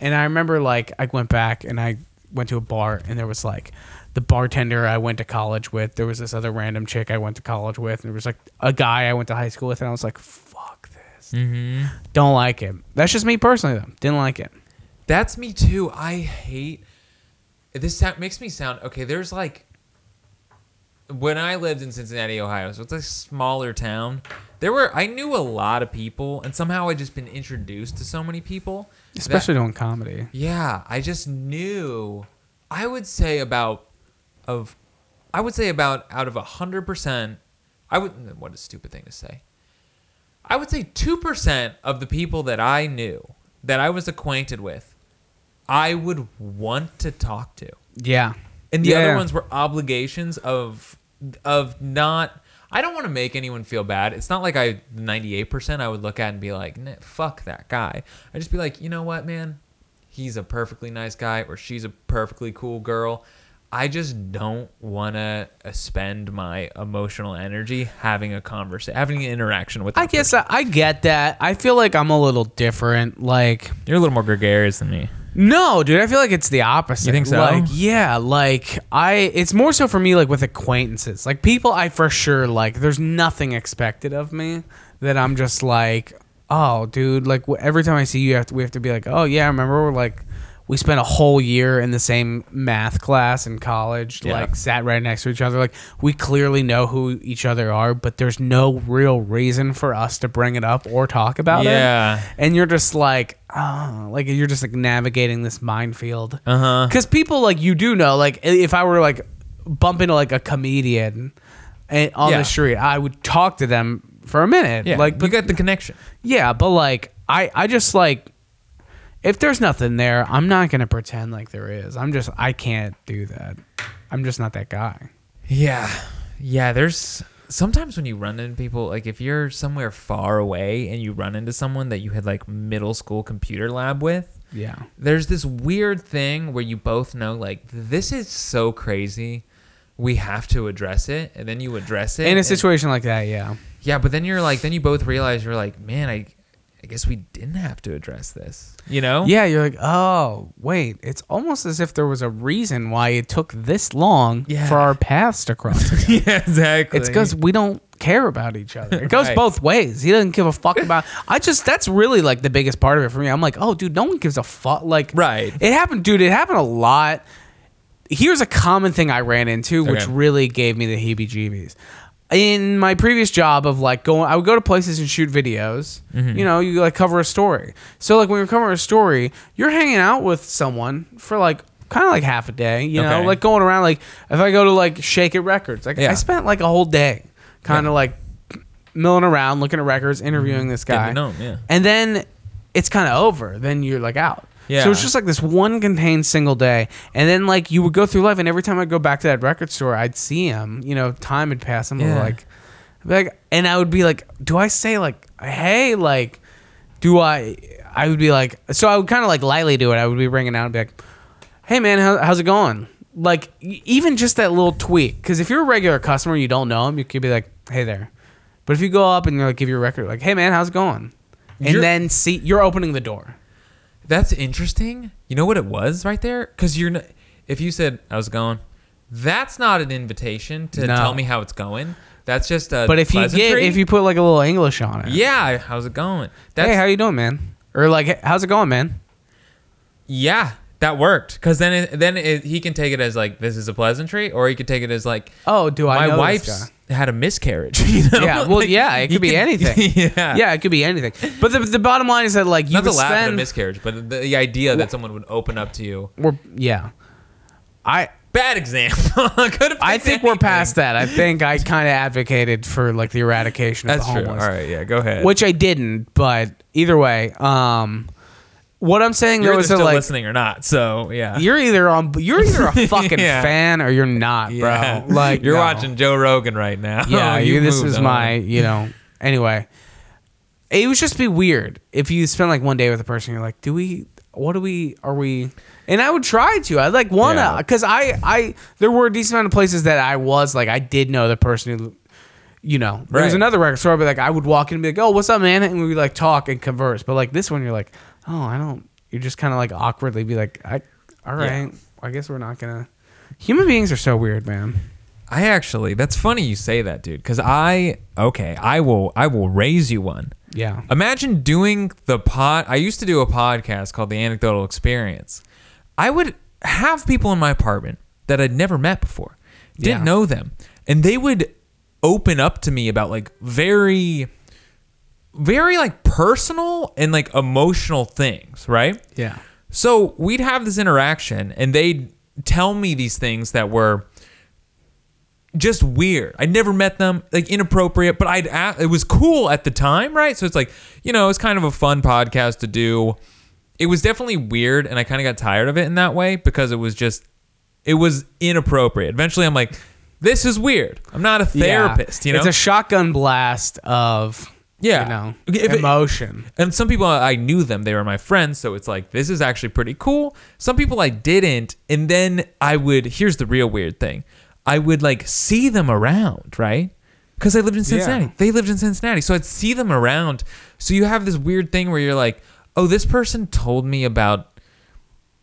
B: And I remember like I went back and I went to a bar and there was like the bartender I went to college with. There was this other random chick I went to college with, and there was like a guy I went to high school with, and I was like, fuck this. Don't like it. That's just me personally though. Didn't like it.
A: That's me too. I hate this. That makes me sound okay. There's like when I lived in Cincinnati, Ohio, so it's a smaller town. There were I knew a lot of people, and somehow I just been introduced to so many people. that-
B: especially doing comedy.
A: yeah, I just knew. I would say about of, I would say about out of a hundred percent. I would. What a stupid thing to say. I would say two percent of the people that I knew that I was acquainted with, I would want to talk to
B: Yeah,
A: and the
B: Yeah.
A: other ones were obligations of of not I don't want to make anyone feel bad. It's not like I 98% I would look at and be like, "Nah, fuck that guy. I just be like, "You know what, man? He's a perfectly nice guy or she's a perfectly cool girl. I just don't want to spend my emotional energy having a conversation, having an interaction with.
B: I
A: that
B: guess I, I get that. I feel like I'm a little different. Like,
A: person. you're a little more gregarious than me.
B: no, dude, I feel like it's the opposite.
A: You think so?
B: Like, yeah, like I, it's more so for me, like with acquaintances, like people I for sure like. There's nothing expected of me that I'm just like, oh, dude, like wh- every time I see you, you have to, we have to be like, oh yeah, I remember we're like. We spent a whole year in the same math class in college,
A: Yeah.
B: like sat right next to each other. Like we clearly know who each other are, but there's no real reason for us to bring it up or talk about it
A: Yeah.
B: and you're just like, oh, like you're just like navigating this minefield.
A: Uh-huh.
B: Because people like you do know, like if I were to like bump into like a comedian and on
A: Yeah.
B: the street, I would talk to them for a minute.
A: Yeah.
B: Like,
A: Like,
B: but
A: you got the connection.
B: yeah, but like I, I just like if there's nothing there, I'm not gonna pretend like there is. I'm just I can't do that. I'm just not that guy.
A: Yeah. Yeah, there's sometimes when you run into people, like if you're somewhere far away and you run into someone that you had like middle school computer lab with,
B: Yeah.
A: there's this weird thing where you both know like this is so crazy. We have to address it, and then you address it.
B: In a
A: and-
B: situation like that, yeah.
A: yeah, but then you're like, then you both realize you're like, man, I, I guess we didn't have to address this, you know?
B: Yeah, you're like, oh, wait. It's almost as if there was a reason why it took this long
A: Yeah.
B: for our paths to cross.
A: yeah, exactly.
B: it's because we don't care about each other. It goes
A: Right.
B: both ways. He doesn't give a fuck about. I just that's really like the biggest part of it for me. I'm like, oh, dude, no one gives a fuck. Like,
A: Right.
B: It happened, dude. It happened a lot. Here's a common thing I ran into, which
A: Okay.
B: really gave me the heebie-jeebies. In my previous job of like going, I would go to places and shoot videos.
A: Mm-hmm.
B: You know, you like cover a story. So like when you're covering a story, you're hanging out with someone for like kind of like half a day. You know,
A: Okay.
B: like going around like if I go to like Shake It Records, like I
A: Yeah.
B: spent like a whole day kind of like milling around, looking at records, interviewing this
A: Mm-hmm. Getting
B: guy.
A: to know 'em, yeah.
B: And then it's kind of over. Then you're like out.
A: Yeah.
B: So it's just like this one contained single day. And then like you would go through life and every time I'd go back to that record store, I'd see him, you know, time had passed. I'm
A: Yeah.
B: like, I'd be like, and I would be like, do I say like, hey, like, do I, I would be like, so I would kind of like lightly do it. I would be ringing out and be like, hey man, how, how's it going? Like e- even just that little tweak. Because if you're a regular customer, you don't know him, you could be like, hey there. But if you go up and you like give your record, like, hey man, how's it going? And
A: You're-
B: then see, you're opening the door.
A: That's interesting. You know what it was right there? Because you're not, if you said I was going, that's not an invitation to
B: No.
A: tell me how it's going. That's just a.
B: But if you get,
A: pleasantry.
B: if you put like a little English on it,
A: yeah, how's it going? That's
B: hey, how you doing, man? Or like, "Hey, how's it going, man?
A: yeah, that worked. Because then it, then it, he can take it as like this is a pleasantry, or he could take it as like
B: Oh, do I?
A: my
B: know this
A: wife's
B: guy?"
A: had a miscarriage. You know?
B: Yeah, well,
A: Like,
B: yeah, it
A: you
B: could be
A: can-
B: anything.
A: yeah,
B: yeah, it could be anything. But the, the bottom line is that like you
A: Not to
B: would
A: laugh at a
B: spend,
A: miscarriage, but the, the idea that someone would open up to you.
B: we're, yeah, I
A: Bad example. Could have
B: I
A: picked
B: think we're
A: anything.
B: past that. I think I kind of advocated for like the eradication of
A: That's
B: the
A: true.
B: homeless.
A: All right, yeah, go ahead.
B: which I didn't. But either way, um, what I'm saying
A: you're
B: though
A: either
B: is that
A: still
B: like
A: listening or not. So yeah,
B: you're either on you're either a fucking
A: Yeah.
B: fan or you're not,
A: Yeah.
B: bro. Like
A: you're
B: no.
A: watching Joe Rogan right now.
B: Yeah,
A: You
B: Oh, you, this
A: moved
B: is
A: on.
B: my you know. Anyway, it would just be weird if you spend like one day with a person. You're like, do we? What do we? Are we? And I would try to. I like wanna
A: Yeah.
B: because I I there were a decent amount of places that I was like I did know the person who. You know, there
A: Right.
B: was another record store, but like I would walk in and be like, "Oh, what's up, man?" And we would like talk and converse. But like this one, you're like, "Oh, I don't." You're just kind of like awkwardly be like, "I, all
A: Yeah.
B: right, I guess we're not gonna." Human beings are so weird, man.
A: I actually, that's funny you say that, dude. Because I, okay, I will, I will raise you one.
B: Yeah,
A: Imagine doing the pod. I used to do a podcast called The Anecdotal Experience. I would have people in my apartment that I'd never met before, didn't
B: Yeah.
A: know them, and they would open up to me about like very very like personal and like emotional things, right?
B: Yeah.
A: So we'd have this interaction, and they'd tell me these things that were just weird. I'd never met them, like inappropriate, but I'd ask, it was cool at the time, right? So it's like, you know, it's kind of a fun podcast to do. It was definitely weird, and I kind of got tired of it in that way because it was just, it was inappropriate. Eventually, I'm like, this is weird. I'm not a therapist,
B: Yeah.
A: you know.
B: It's a shotgun blast of
A: Yeah.
B: you know
A: If it-
B: emotion.
A: and some people I knew them, they were my friends, so it's like this is actually pretty cool. Some people I didn't, and then I would here's the real weird thing. I would like see them around, right? Because I lived in Cincinnati.
B: Yeah.
A: They lived in Cincinnati. So I'd see them around. So you have this weird thing where you're like, oh, this person told me about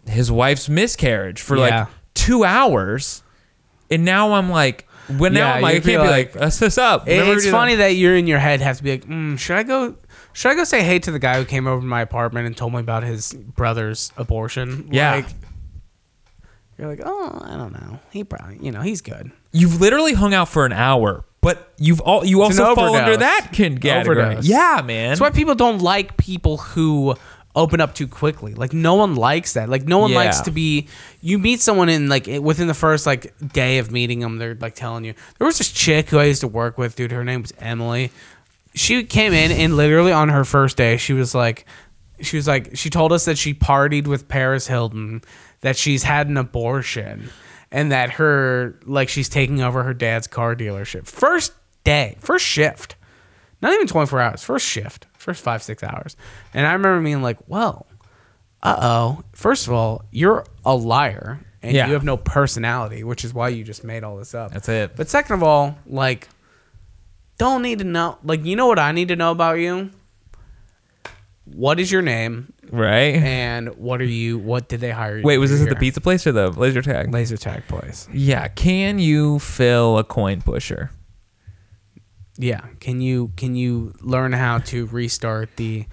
A: his wife's miscarriage for
B: Yeah.
A: like two hours. And now I'm like, when now
B: Yeah,
A: I'm like, I
B: you'd be
A: can't be
B: like-
A: like, that's this up. Remember we
B: it's
A: did that?
B: funny that you're in your head have to be like, mm, should I go? Should I go say hey to the guy who came over to my apartment and told me about his brother's abortion?
A: Yeah.
B: Like, you're like, oh, I don't know. He probably, you know, he's good.
A: you've literally hung out for an hour, but you've all you
B: an
A: also fall
B: overdose.
A: under that kin category.
B: Overdose.
A: Yeah, man.
B: That's why people don't like people who open up too quickly. Like no one likes that. Like no one
A: Yeah.
B: likes to be. You meet someone in like within the first like day of meeting them, they're like telling you. There was this chick who I used to work with, dude. Her name was Emily. She came in and literally on her first day, she was like, she was like, she told us that she partied with Paris Hilton, that she's had an abortion, and that her like she's taking over her dad's car dealership. First day, first shift not even 24 hours, first shift, first five, six hours. And I remember being like, well, uh oh. First of all, you're a liar and
A: Yeah.
B: you have no personality, which is why you just made all this up.
A: That's it.
B: But second of all, like, don't need to know. Like, you know what I need to know about you? What is your name
A: right?
B: and what are you? What did they hire you?
A: Wait,
B: to
A: was
B: do
A: this at the
B: here?
A: pizza place or the laser tag?
B: laser tag place?
A: yeah. Can you fill a coin pusher?
B: Yeah. Can you can you learn how to restart the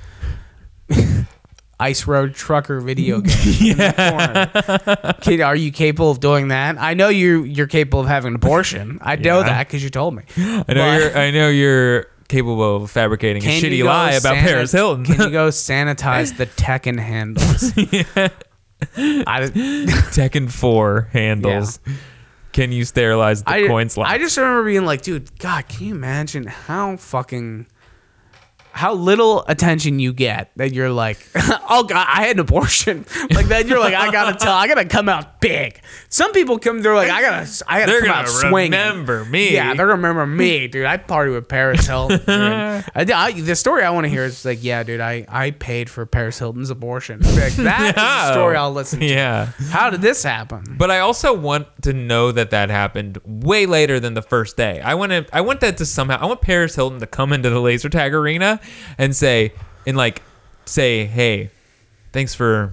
B: Ice Road Trucker video game? yeah. Kid, are you capable of doing that? I know you you're capable of having an abortion. I know that because you told me.
A: I know you're. I know you're capable of fabricating a shitty lie about Paris Hilton.
B: Can you go sanitize the Tekken handles? I,
A: Tekken four handles. Can you sterilize the
B: I,
A: coin slot?
B: I just remember being like, dude, God, can you imagine how fucking how little attention you get that you're like, oh God, I had an abortion. like then you're like, I gotta tell, I gotta come out big. Some people come, they're like, I gotta, I gotta
A: They're
B: come
A: gonna
B: out swinging.
A: remember me.
B: Yeah, they're gonna remember me, dude. I party with Paris Hilton. dude. I, did- I- the story I want to hear is like, yeah, dude, I, I paid for Paris Hilton's abortion. Like, that is the story I'll listen to.
A: Yeah.
B: How did this happen?
A: But I also want to know that that happened way later than the first day. I want to. I want that to somehow. I want Paris Hilton to come into the laser tag arena and say, and like, say, hey, thanks for,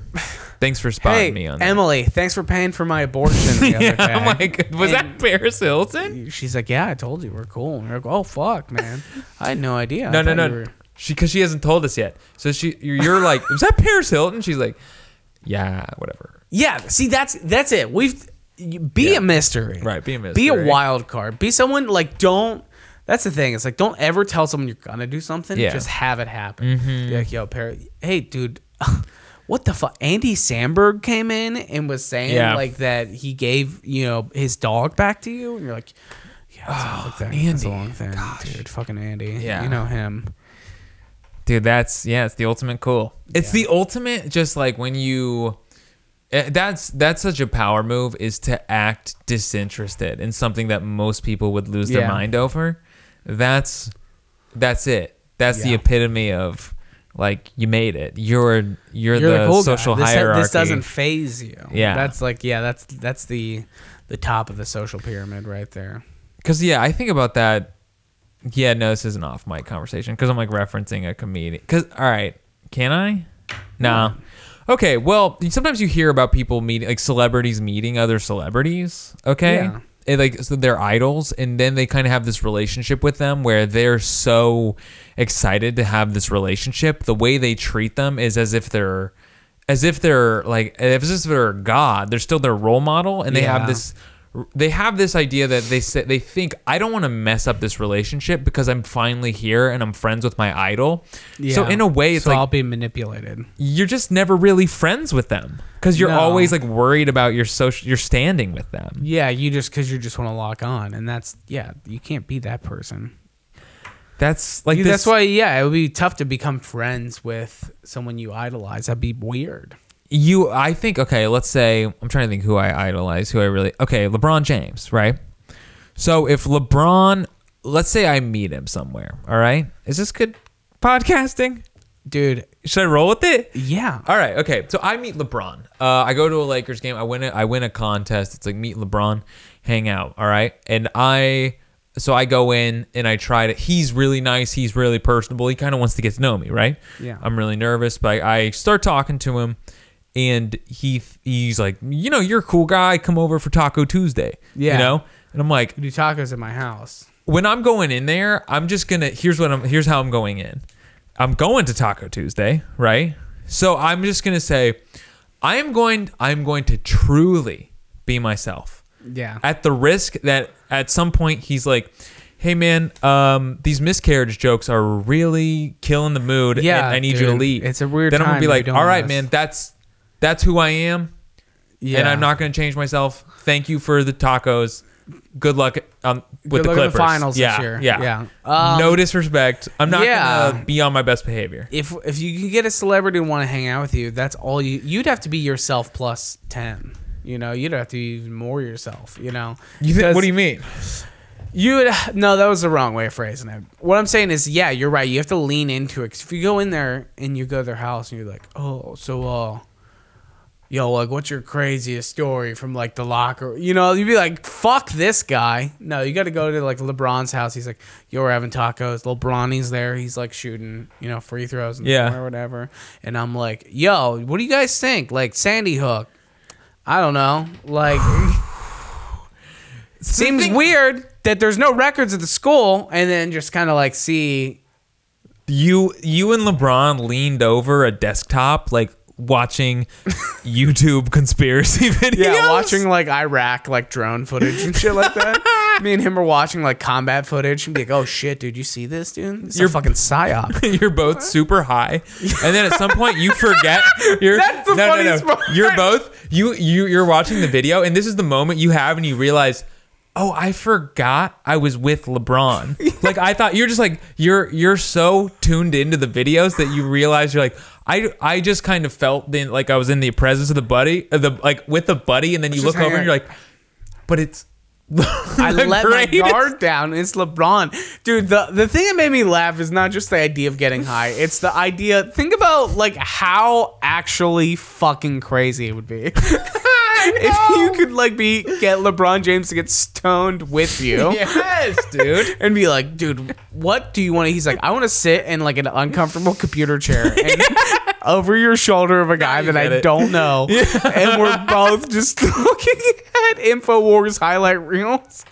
A: thanks for spotting
B: Hey,
A: me on. that."
B: Emily, thanks for paying for my abortion the other
A: Yeah,
B: day.
A: I'm like, was that Paris Hilton?
B: She's like, yeah, I told you we're cool. And we're like, oh fuck, man, I had no idea. I
A: No, no,
B: thought you
A: no.
B: were-
A: She, because she hasn't told us yet. So she, you're you're like, was that Paris Hilton? She's like, yeah, whatever.
B: Yeah, see, that's that's it. We've you- be a mystery,
A: Right, be a
B: be a
A: mystery.
B: wild card, be someone like don't. That's the thing. It's like don't ever tell someone you're gonna do something.
A: Yeah. Mm-hmm.
B: Just have it happen. Be like, yo, Par- hey, dude. What the fuck? Andy Samberg came in and was saying
A: Yeah.
B: like that he gave you know his dog back to you, and you're like, yeah, that's a long thing. That's
A: Oh, Andy.
B: a long thing, dude. Fucking Andy.
A: Yeah.
B: you know him.
A: Dude, that's yeah, it's the ultimate cool. It's the ultimate just like when you eh, that's that's such a power move is to act disinterested in something that most people would lose
B: Yeah.
A: their mind over. That's that's it. That's the
B: Yeah.
A: epitome of like you made it. You're you're,
B: You're
A: the,
B: the, cool
A: social
B: guy. This-
A: hierarchy.
B: This, doesn't phase you.
A: Yeah.
B: that's like yeah, that's that's the the top of the social pyramid right there.
A: Cuz yeah, I think about that yeah, no, this is an off mic conversation cuz I'm like referencing a comedian. Cuz all right, can I? Nah. Okay, well, sometimes you hear about people meeting like celebrities meeting other celebrities, okay?
B: Yeah.
A: It, like so they're idols and then they kind of have this relationship with them where they're so excited to have this relationship. The way they treat them is as if they're as if they're like as if they're God. They're still their role model and they
B: Yeah.
A: have this they have this idea that they say they think I don't want to mess up this relationship because I'm finally here and I'm friends with my idol. So in a way, it's
B: so
A: like
B: I'll be manipulated.
A: you're just never really friends with them because you're
B: No.
A: always like worried about your social your standing with them.
B: Yeah, you just because you just want to lock on, and that's yeah, you can't be that person.
A: That's like
B: Yeah,
A: this,
B: that's why yeah, it would be tough to become friends with someone you idolize. That'd be weird.
A: you I think okay, let's say I'm trying to think who I idolize, who I really okay, LeBron James, right? So if LeBron let's say I meet him somewhere, all right? Is this good podcasting?
B: Dude,
A: Should I roll with it?
B: yeah.
A: All right, okay. So I meet LeBron. Uh, I go to a Lakers game. I win. A, I win a contest. It's like meet LeBron, hang out. All right, and I. So I go in and I try to. He's really nice. He's really personable. He kind of wants to get to know me, right?
B: Yeah.
A: I'm really nervous, but I, I start talking to him, and he he's like, you know, you're a cool guy. Come over for Taco Tuesday.
B: Yeah.
A: You know, and I'm like,
B: We do tacos at my house.
A: when I'm going in there, I'm just gonna here's what I'm here's how I'm going in. I'm going to Taco Tuesday, right? So I'm just gonna say, I am going I'm going to truly be myself.
B: Yeah.
A: At the risk that at some point he's like, Hey man, um, these miscarriage jokes are really killing the mood. and
B: Yeah,
A: I need you to
B: dude.
A: leave.
B: It's a weird
A: Then I'm gonna
B: time
A: be
B: to be
A: like,
B: doing
A: All right,
B: this."
A: man, that's that's who I am
B: yeah.
A: and I'm not going to change myself. Thank you for the tacos. Good luck um, with
B: Good
A: the
B: luck
A: Clippers.
B: at the finals this
A: yeah,
B: year.
A: Yeah,
B: Yeah. Um,
A: no disrespect. I'm not
B: yeah.
A: going to be on my best behavior.
B: If if you could get a celebrity to want to hang out with you, that's all you you'd have to be yourself plus ten. You know, you'd have to be even more yourself, you know.
A: You think, what
B: Because-
A: do you mean?
B: You would no, that was the wrong way of phrasing it. What I'm saying is, yeah, you're right. You have to lean into it. 'Cause if you go in there and you go to their house and you're like, oh, so uh, yo, like, what's your craziest story from like the locker? You know, you'd be like, fuck this guy. No, you got to go to like LeBron's house. He's like, yo, we're having tacos. LeBronny's there. He's like shooting, you know, free throws and
A: Yeah.
B: or whatever. And I'm like, yo, what do you guys think? Like Sandy Hook. I don't know. Like. Seems
A: Think-
B: weird that there's no records at the school, and then just kind of like see.
A: You you and LeBron leaned over a desktop like watching YouTube conspiracy videos.
B: Yeah, watching like Iraq like drone footage and shit like that. Me and him are watching like combat footage and be like, "Oh shit, dude, you see this, dude? It's
A: You're-
B: a fucking psyop."
A: You're both super high, and then at some point you forget. You're,
B: That's the funniest part.
A: You're both you you you're watching the video, and this is the moment you have, and you realize, oh, I forgot I was with LeBron. like I thought you're just like you're you're so tuned into the videos that you realize you're like. I, I just kind of felt then like I was in the presence of the buddy, of the like with the buddy, and then you
B: just
A: look over and
B: hanging
A: you're
B: out.
A: like, but it's
B: I
A: the
B: let
A: greatest-
B: my guard down. It's LeBron, dude. The the thing that made me laugh is not just the idea of getting high. It's the idea. Think about like how actually fucking crazy it would be. If you could like be get LeBron James to get stoned with you,
A: yes, dude.
B: and be like, dude, what do you want to? He's like, I want to sit in like an uncomfortable computer chair and over your shoulder of a guy
A: you
B: that
A: get
B: I
A: it.
B: don't know. And we're both just looking at InfoWars highlight reels.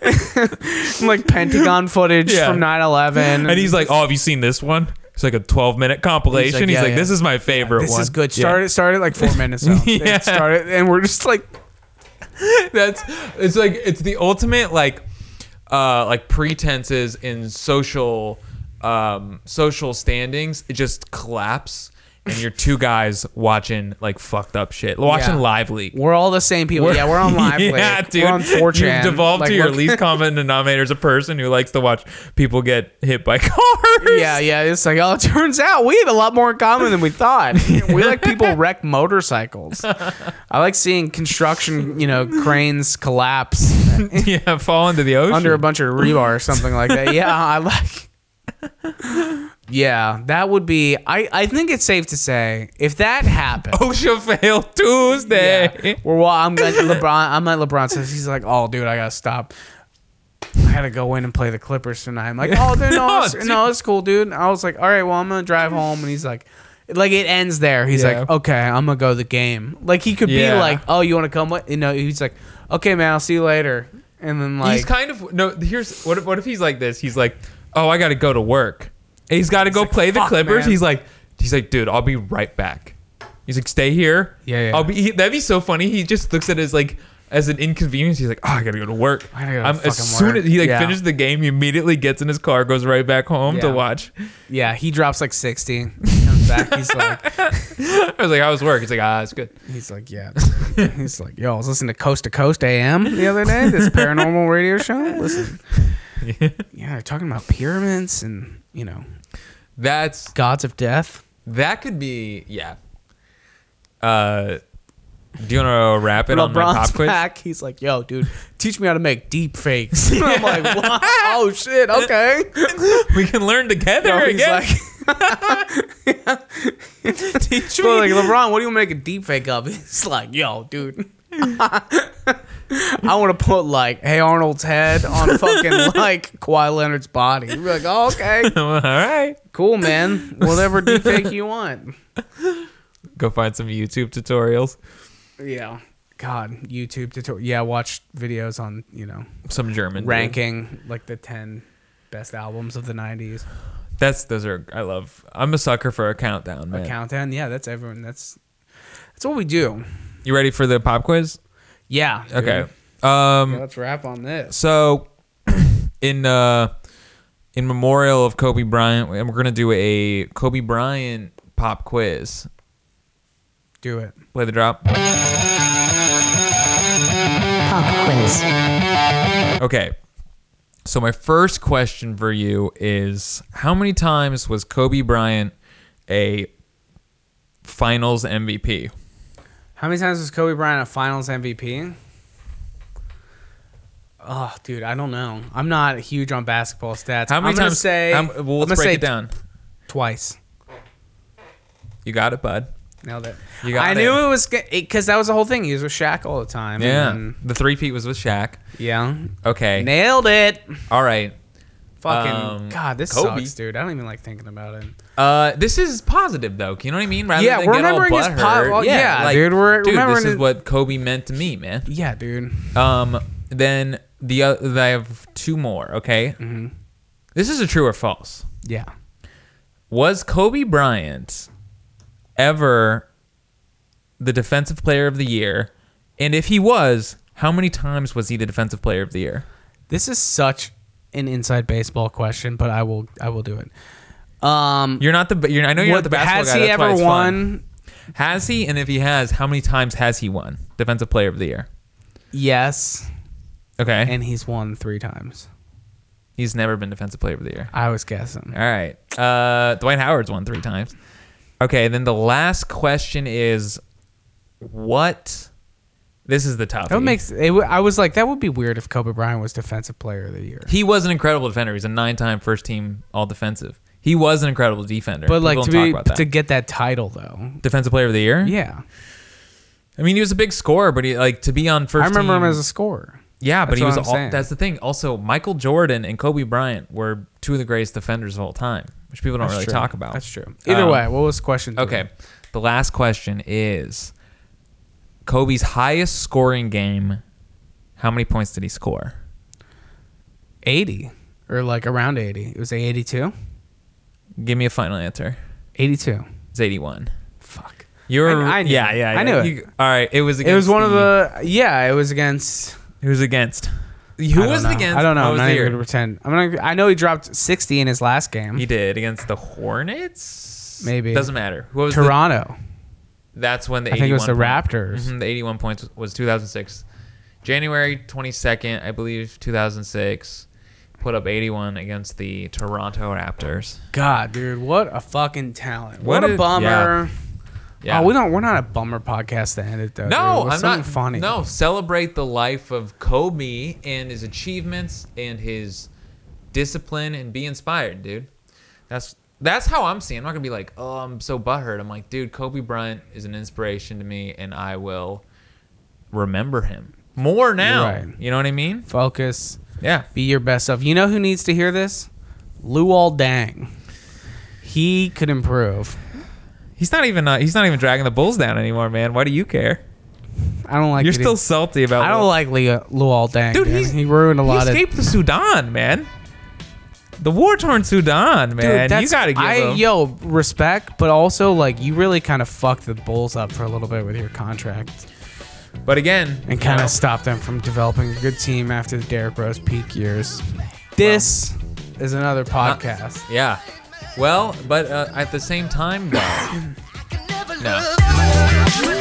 B: And, like Pentagon footage
A: Yeah.
B: from 9 11.
A: And he's like, "Oh, have you seen this one?" It's like a 12 minute compilation. He's like,
B: "Yeah, yeah.
A: "This is my favorite
B: this
A: one.
B: is good. Start it, start it like four minutes out.
A: Yeah.
B: yeah. Start it, and we're just like,
A: Yeah. That's it's like it's the ultimate like uh like pretenses in social um social standings. It just collapse and you're two guys watching like fucked up shit. Watching
B: Yeah.
A: live leak.
B: we're all the same people. yeah, we're on live.
A: Yeah, dude.
B: We're on 4chan.
A: You've devolved
B: Like,
A: to your
B: look-
A: least common denominator is a person who likes to watch people get hit by cars.
B: Yeah, yeah. It's like, oh, it turns out we had a lot more in common than we thought. we like people wreck motorcycles. I like seeing construction, you know, cranes collapse
A: yeah, fall into the ocean.
B: under a bunch of rebar or something like that. Yeah, I like. Yeah, that would be. I, I think it's safe to say if that happened.
A: OSHA fail Tuesday.
B: Yeah. Well, well, I'm like LeBron. I'm like LeBron says he's like, oh, dude, I gotta stop. I gotta go in and play the Clippers tonight. I'm like, oh, dude, no,
A: No,
B: it's,
A: dude.
B: no, it's cool, dude. And I was like, all right, well, I'm gonna drive home, and he's like, like it ends there. He's
A: Yeah.
B: like, okay, I'm gonna go to the game. Like he could
A: Yeah.
B: be like, oh, you wanna come? With? You know, he's like, okay, man, I'll see you later. And then like,
A: he's kind of no. Here's what. If, what if he's like this? He's like, oh, I got to go to work. And he's got to go play the
B: "Fuck,
A: Clippers.
B: man."
A: He's like, he's like, dude, I'll be right back. He's like, stay here.
B: Yeah, yeah.
A: I'll be. He, that'd be so funny. He just looks at his like as an inconvenience, he's like, "Oh, I gotta go to work."
B: I gotta go to
A: I'm,
B: fucking
A: as soon
B: work.
A: as he like
B: Yeah.
A: finishes the game, he immediately gets in his car, goes right back home to
B: Yeah.
A: watch.
B: Yeah, he drops like sixty. Comes back, he's like,
A: I was like, "How was work?" He's like, "Ah, it's good."
B: he's like, yeah. He's like, yo, I was listening to Coast to Coast AM the other day. This paranormal radio show. Listen, yeah, they're talking about pyramids and you know
A: That's
B: gods of death.
A: that could be yeah. Uh, do you want to wrap it on my pop
B: LeBron's
A: quiz?
B: back. He's like, yo, dude, teach me how to make deep fakes. I'm like, what? Oh shit, okay.
A: We can learn together
B: So he's
A: again.
B: like,
A: Teach
B: Well,
A: me.
B: like LeBron, what do you make a deep fake of? It's like, yo, dude. I want to put like Hey Arnold's head on fucking like Kawhi Leonard's body. You'd be like, oh, okay,
A: All right.
B: cool, man. Whatever deep fake you want.
A: Go find some YouTube tutorials.
B: Yeah. God, YouTube tutorial. Yeah, watch videos on you know
A: Some German dude.
B: ranking like the ten best albums of the '90s.
A: That's those are I love. I'm a sucker for a countdown, man.
B: Countdown. Yeah, that's everyone. That's that's what we do.
A: You ready for the pop quiz?
B: Yeah. dude.
A: Okay.
B: Yeah,
A: Um.
B: let's wrap on this.
A: So, in uh, in memorial of Kobe Bryant, we're gonna do a Kobe Bryant pop quiz.
B: Do it.
A: Play the drop.
C: Pop quiz.
A: Okay. So my first question for you is: How many times was Kobe Bryant a Finals MVP?
B: How many times was Kobe Bryant a Finals MVP? Oh, dude, I don't know. I'm not huge on basketball stats.
A: How many
B: I'm gonna
A: times?
B: Say
A: how m- well,
B: I'm
A: let's
B: gonna
A: break
B: say
A: it down.
B: Twice.
A: You got it, bud.
B: Nailed it.
A: You got
B: I
A: it.
B: knew it was because that was the whole thing. He was with Shaq all the time.
A: Yeah.
B: and-
A: the three peat was with Shaq.
B: yeah.
A: Okay.
B: Nailed it.
A: All right.
B: Fucking
A: Um,
B: God, this
A: Kobe.
B: sucks, dude. I don't even like thinking about it.
A: Uh, this is positive though. You know what I mean? Rather
B: Yeah,
A: than
B: we're
A: get all
B: remembering his
A: butthurt.
B: po- well, yeah, dude, we're remembering
A: this is
B: his-
A: what Kobe meant to me, man.
B: Yeah, dude.
A: Um, then the other, I have two more. Okay.
B: Mm-hmm.
A: This is a true or false.
B: Yeah.
A: Was Kobe Bryant ever the defensive player of the year? And if he was, how many times was he the defensive player of the year?
B: This is such an inside baseball question, but I will. I will do it. Um,
A: You're not the. You're, I know you're
B: what-
A: not the basketball
B: has
A: guy.
B: he
A: that's why
B: ever
A: it's fun.
B: won?
A: Has he? And if he has, how many times has he won Defensive Player of the Year?
B: Yes.
A: Okay.
B: and he's won three times.
A: he's never been Defensive Player of the Year.
B: I was guessing.
A: All right. Uh, Dwight Howard's won three times. Okay. Then the last question is what? This is the tough.
B: That makes it, w- I was like, that would be weird if Kobe Bryant was Defensive Player of the Year.
A: He was an incredible defender. He's a nine time first team all defensive. He was an incredible defender.
B: But like
A: People
B: to
A: don't
B: be
A: talk about
B: to
A: that.
B: get that title though,
A: defensive player of the year.
B: yeah,
A: I mean, he was a big scorer, but he like to be on first.
B: I remember him
A: team-
B: as a scorer.
A: Yeah, but
B: That's
A: he
B: what
A: was.
B: I'm
A: All,
B: saying.
A: that's the thing. Also, Michael Jordan and Kobe Bryant were two of the greatest defenders of all time, which people don't
B: That's
A: really
B: true.
A: talk about.
B: That's true. Either
A: Um,
B: way, what was question? three?
A: Okay, the last question is Kobe's highest scoring game. How many points did he score?
B: eighty or like around eighty. It was eighty-two.
A: Give me a final answer.
B: Eighty-two.
A: It's eighty-one.
B: Fuck.
A: You were,
B: I knew
A: yeah,
B: it.
A: yeah,
B: I
A: yeah.
B: knew it.
A: You- all right, it was. Against
B: It was one of
A: the.
B: the yeah. It was against.
A: Who was against? Who
B: I don't
A: was
B: know.
A: it against?
B: I don't know.
A: What
B: I'm
A: was
B: not
A: the
B: even
A: year?
B: gonna pretend. I'm not. I know he dropped sixty in his last game.
A: He did against the Hornets.
B: Maybe.
A: doesn't matter. What was the-
B: Toronto.
A: that's when the
B: I think it was
A: 81
B: the
A: point-
B: Raptors.
A: Mhm, the 81 points was- was 2006, January 22nd, I believe 2006. Put up 81 against the Toronto Raptors.
B: God, dude, what a fucking talent!
A: What
B: What,
A: a-
B: a bummer!
A: Yeah.
B: Oh, we don't. We're not a bummer podcast to end it though.
A: No,
B: dude. With
A: I'm
B: something
A: not
B: funny.
A: No, celebrate the life of Kobe and his achievements and his discipline and be inspired, dude. That's that's how I'm seeing. it. I'm not gonna be like, oh, I'm so butthurt. I'm like, dude, Kobe Bryant is an inspiration to me, and I will remember him more now.
B: You're right.
A: You know what I mean?
B: focus.
A: Yeah.
B: Be your best self. You know who needs to hear this? Luol Dang. He could improve.
A: He's not even uh, he's not even dragging the Bulls down anymore, man. Why do you care?
B: I don't like.
A: You're
B: that he-
A: still salty about.
B: I don't like Leo, Luol Dang.
A: Dude,
B: Dude,
A: he's-
B: he ruined a lot
A: he
B: of.
A: escaped the Sudan, man. The war torn Sudan,
B: Dude,
A: man. you
B: that's-
A: gotta give
B: I,
A: him.
B: Yo, respect, but also like you really kind of fucked the Bulls up for a little bit with your contract.
A: But again,
B: and kind
A: you know,
B: of stop them from developing a good team after the Derrick Rose peak years. This is another podcast.
A: yeah. Well, but uh, at the same time, though, no.
D: Never, never, never,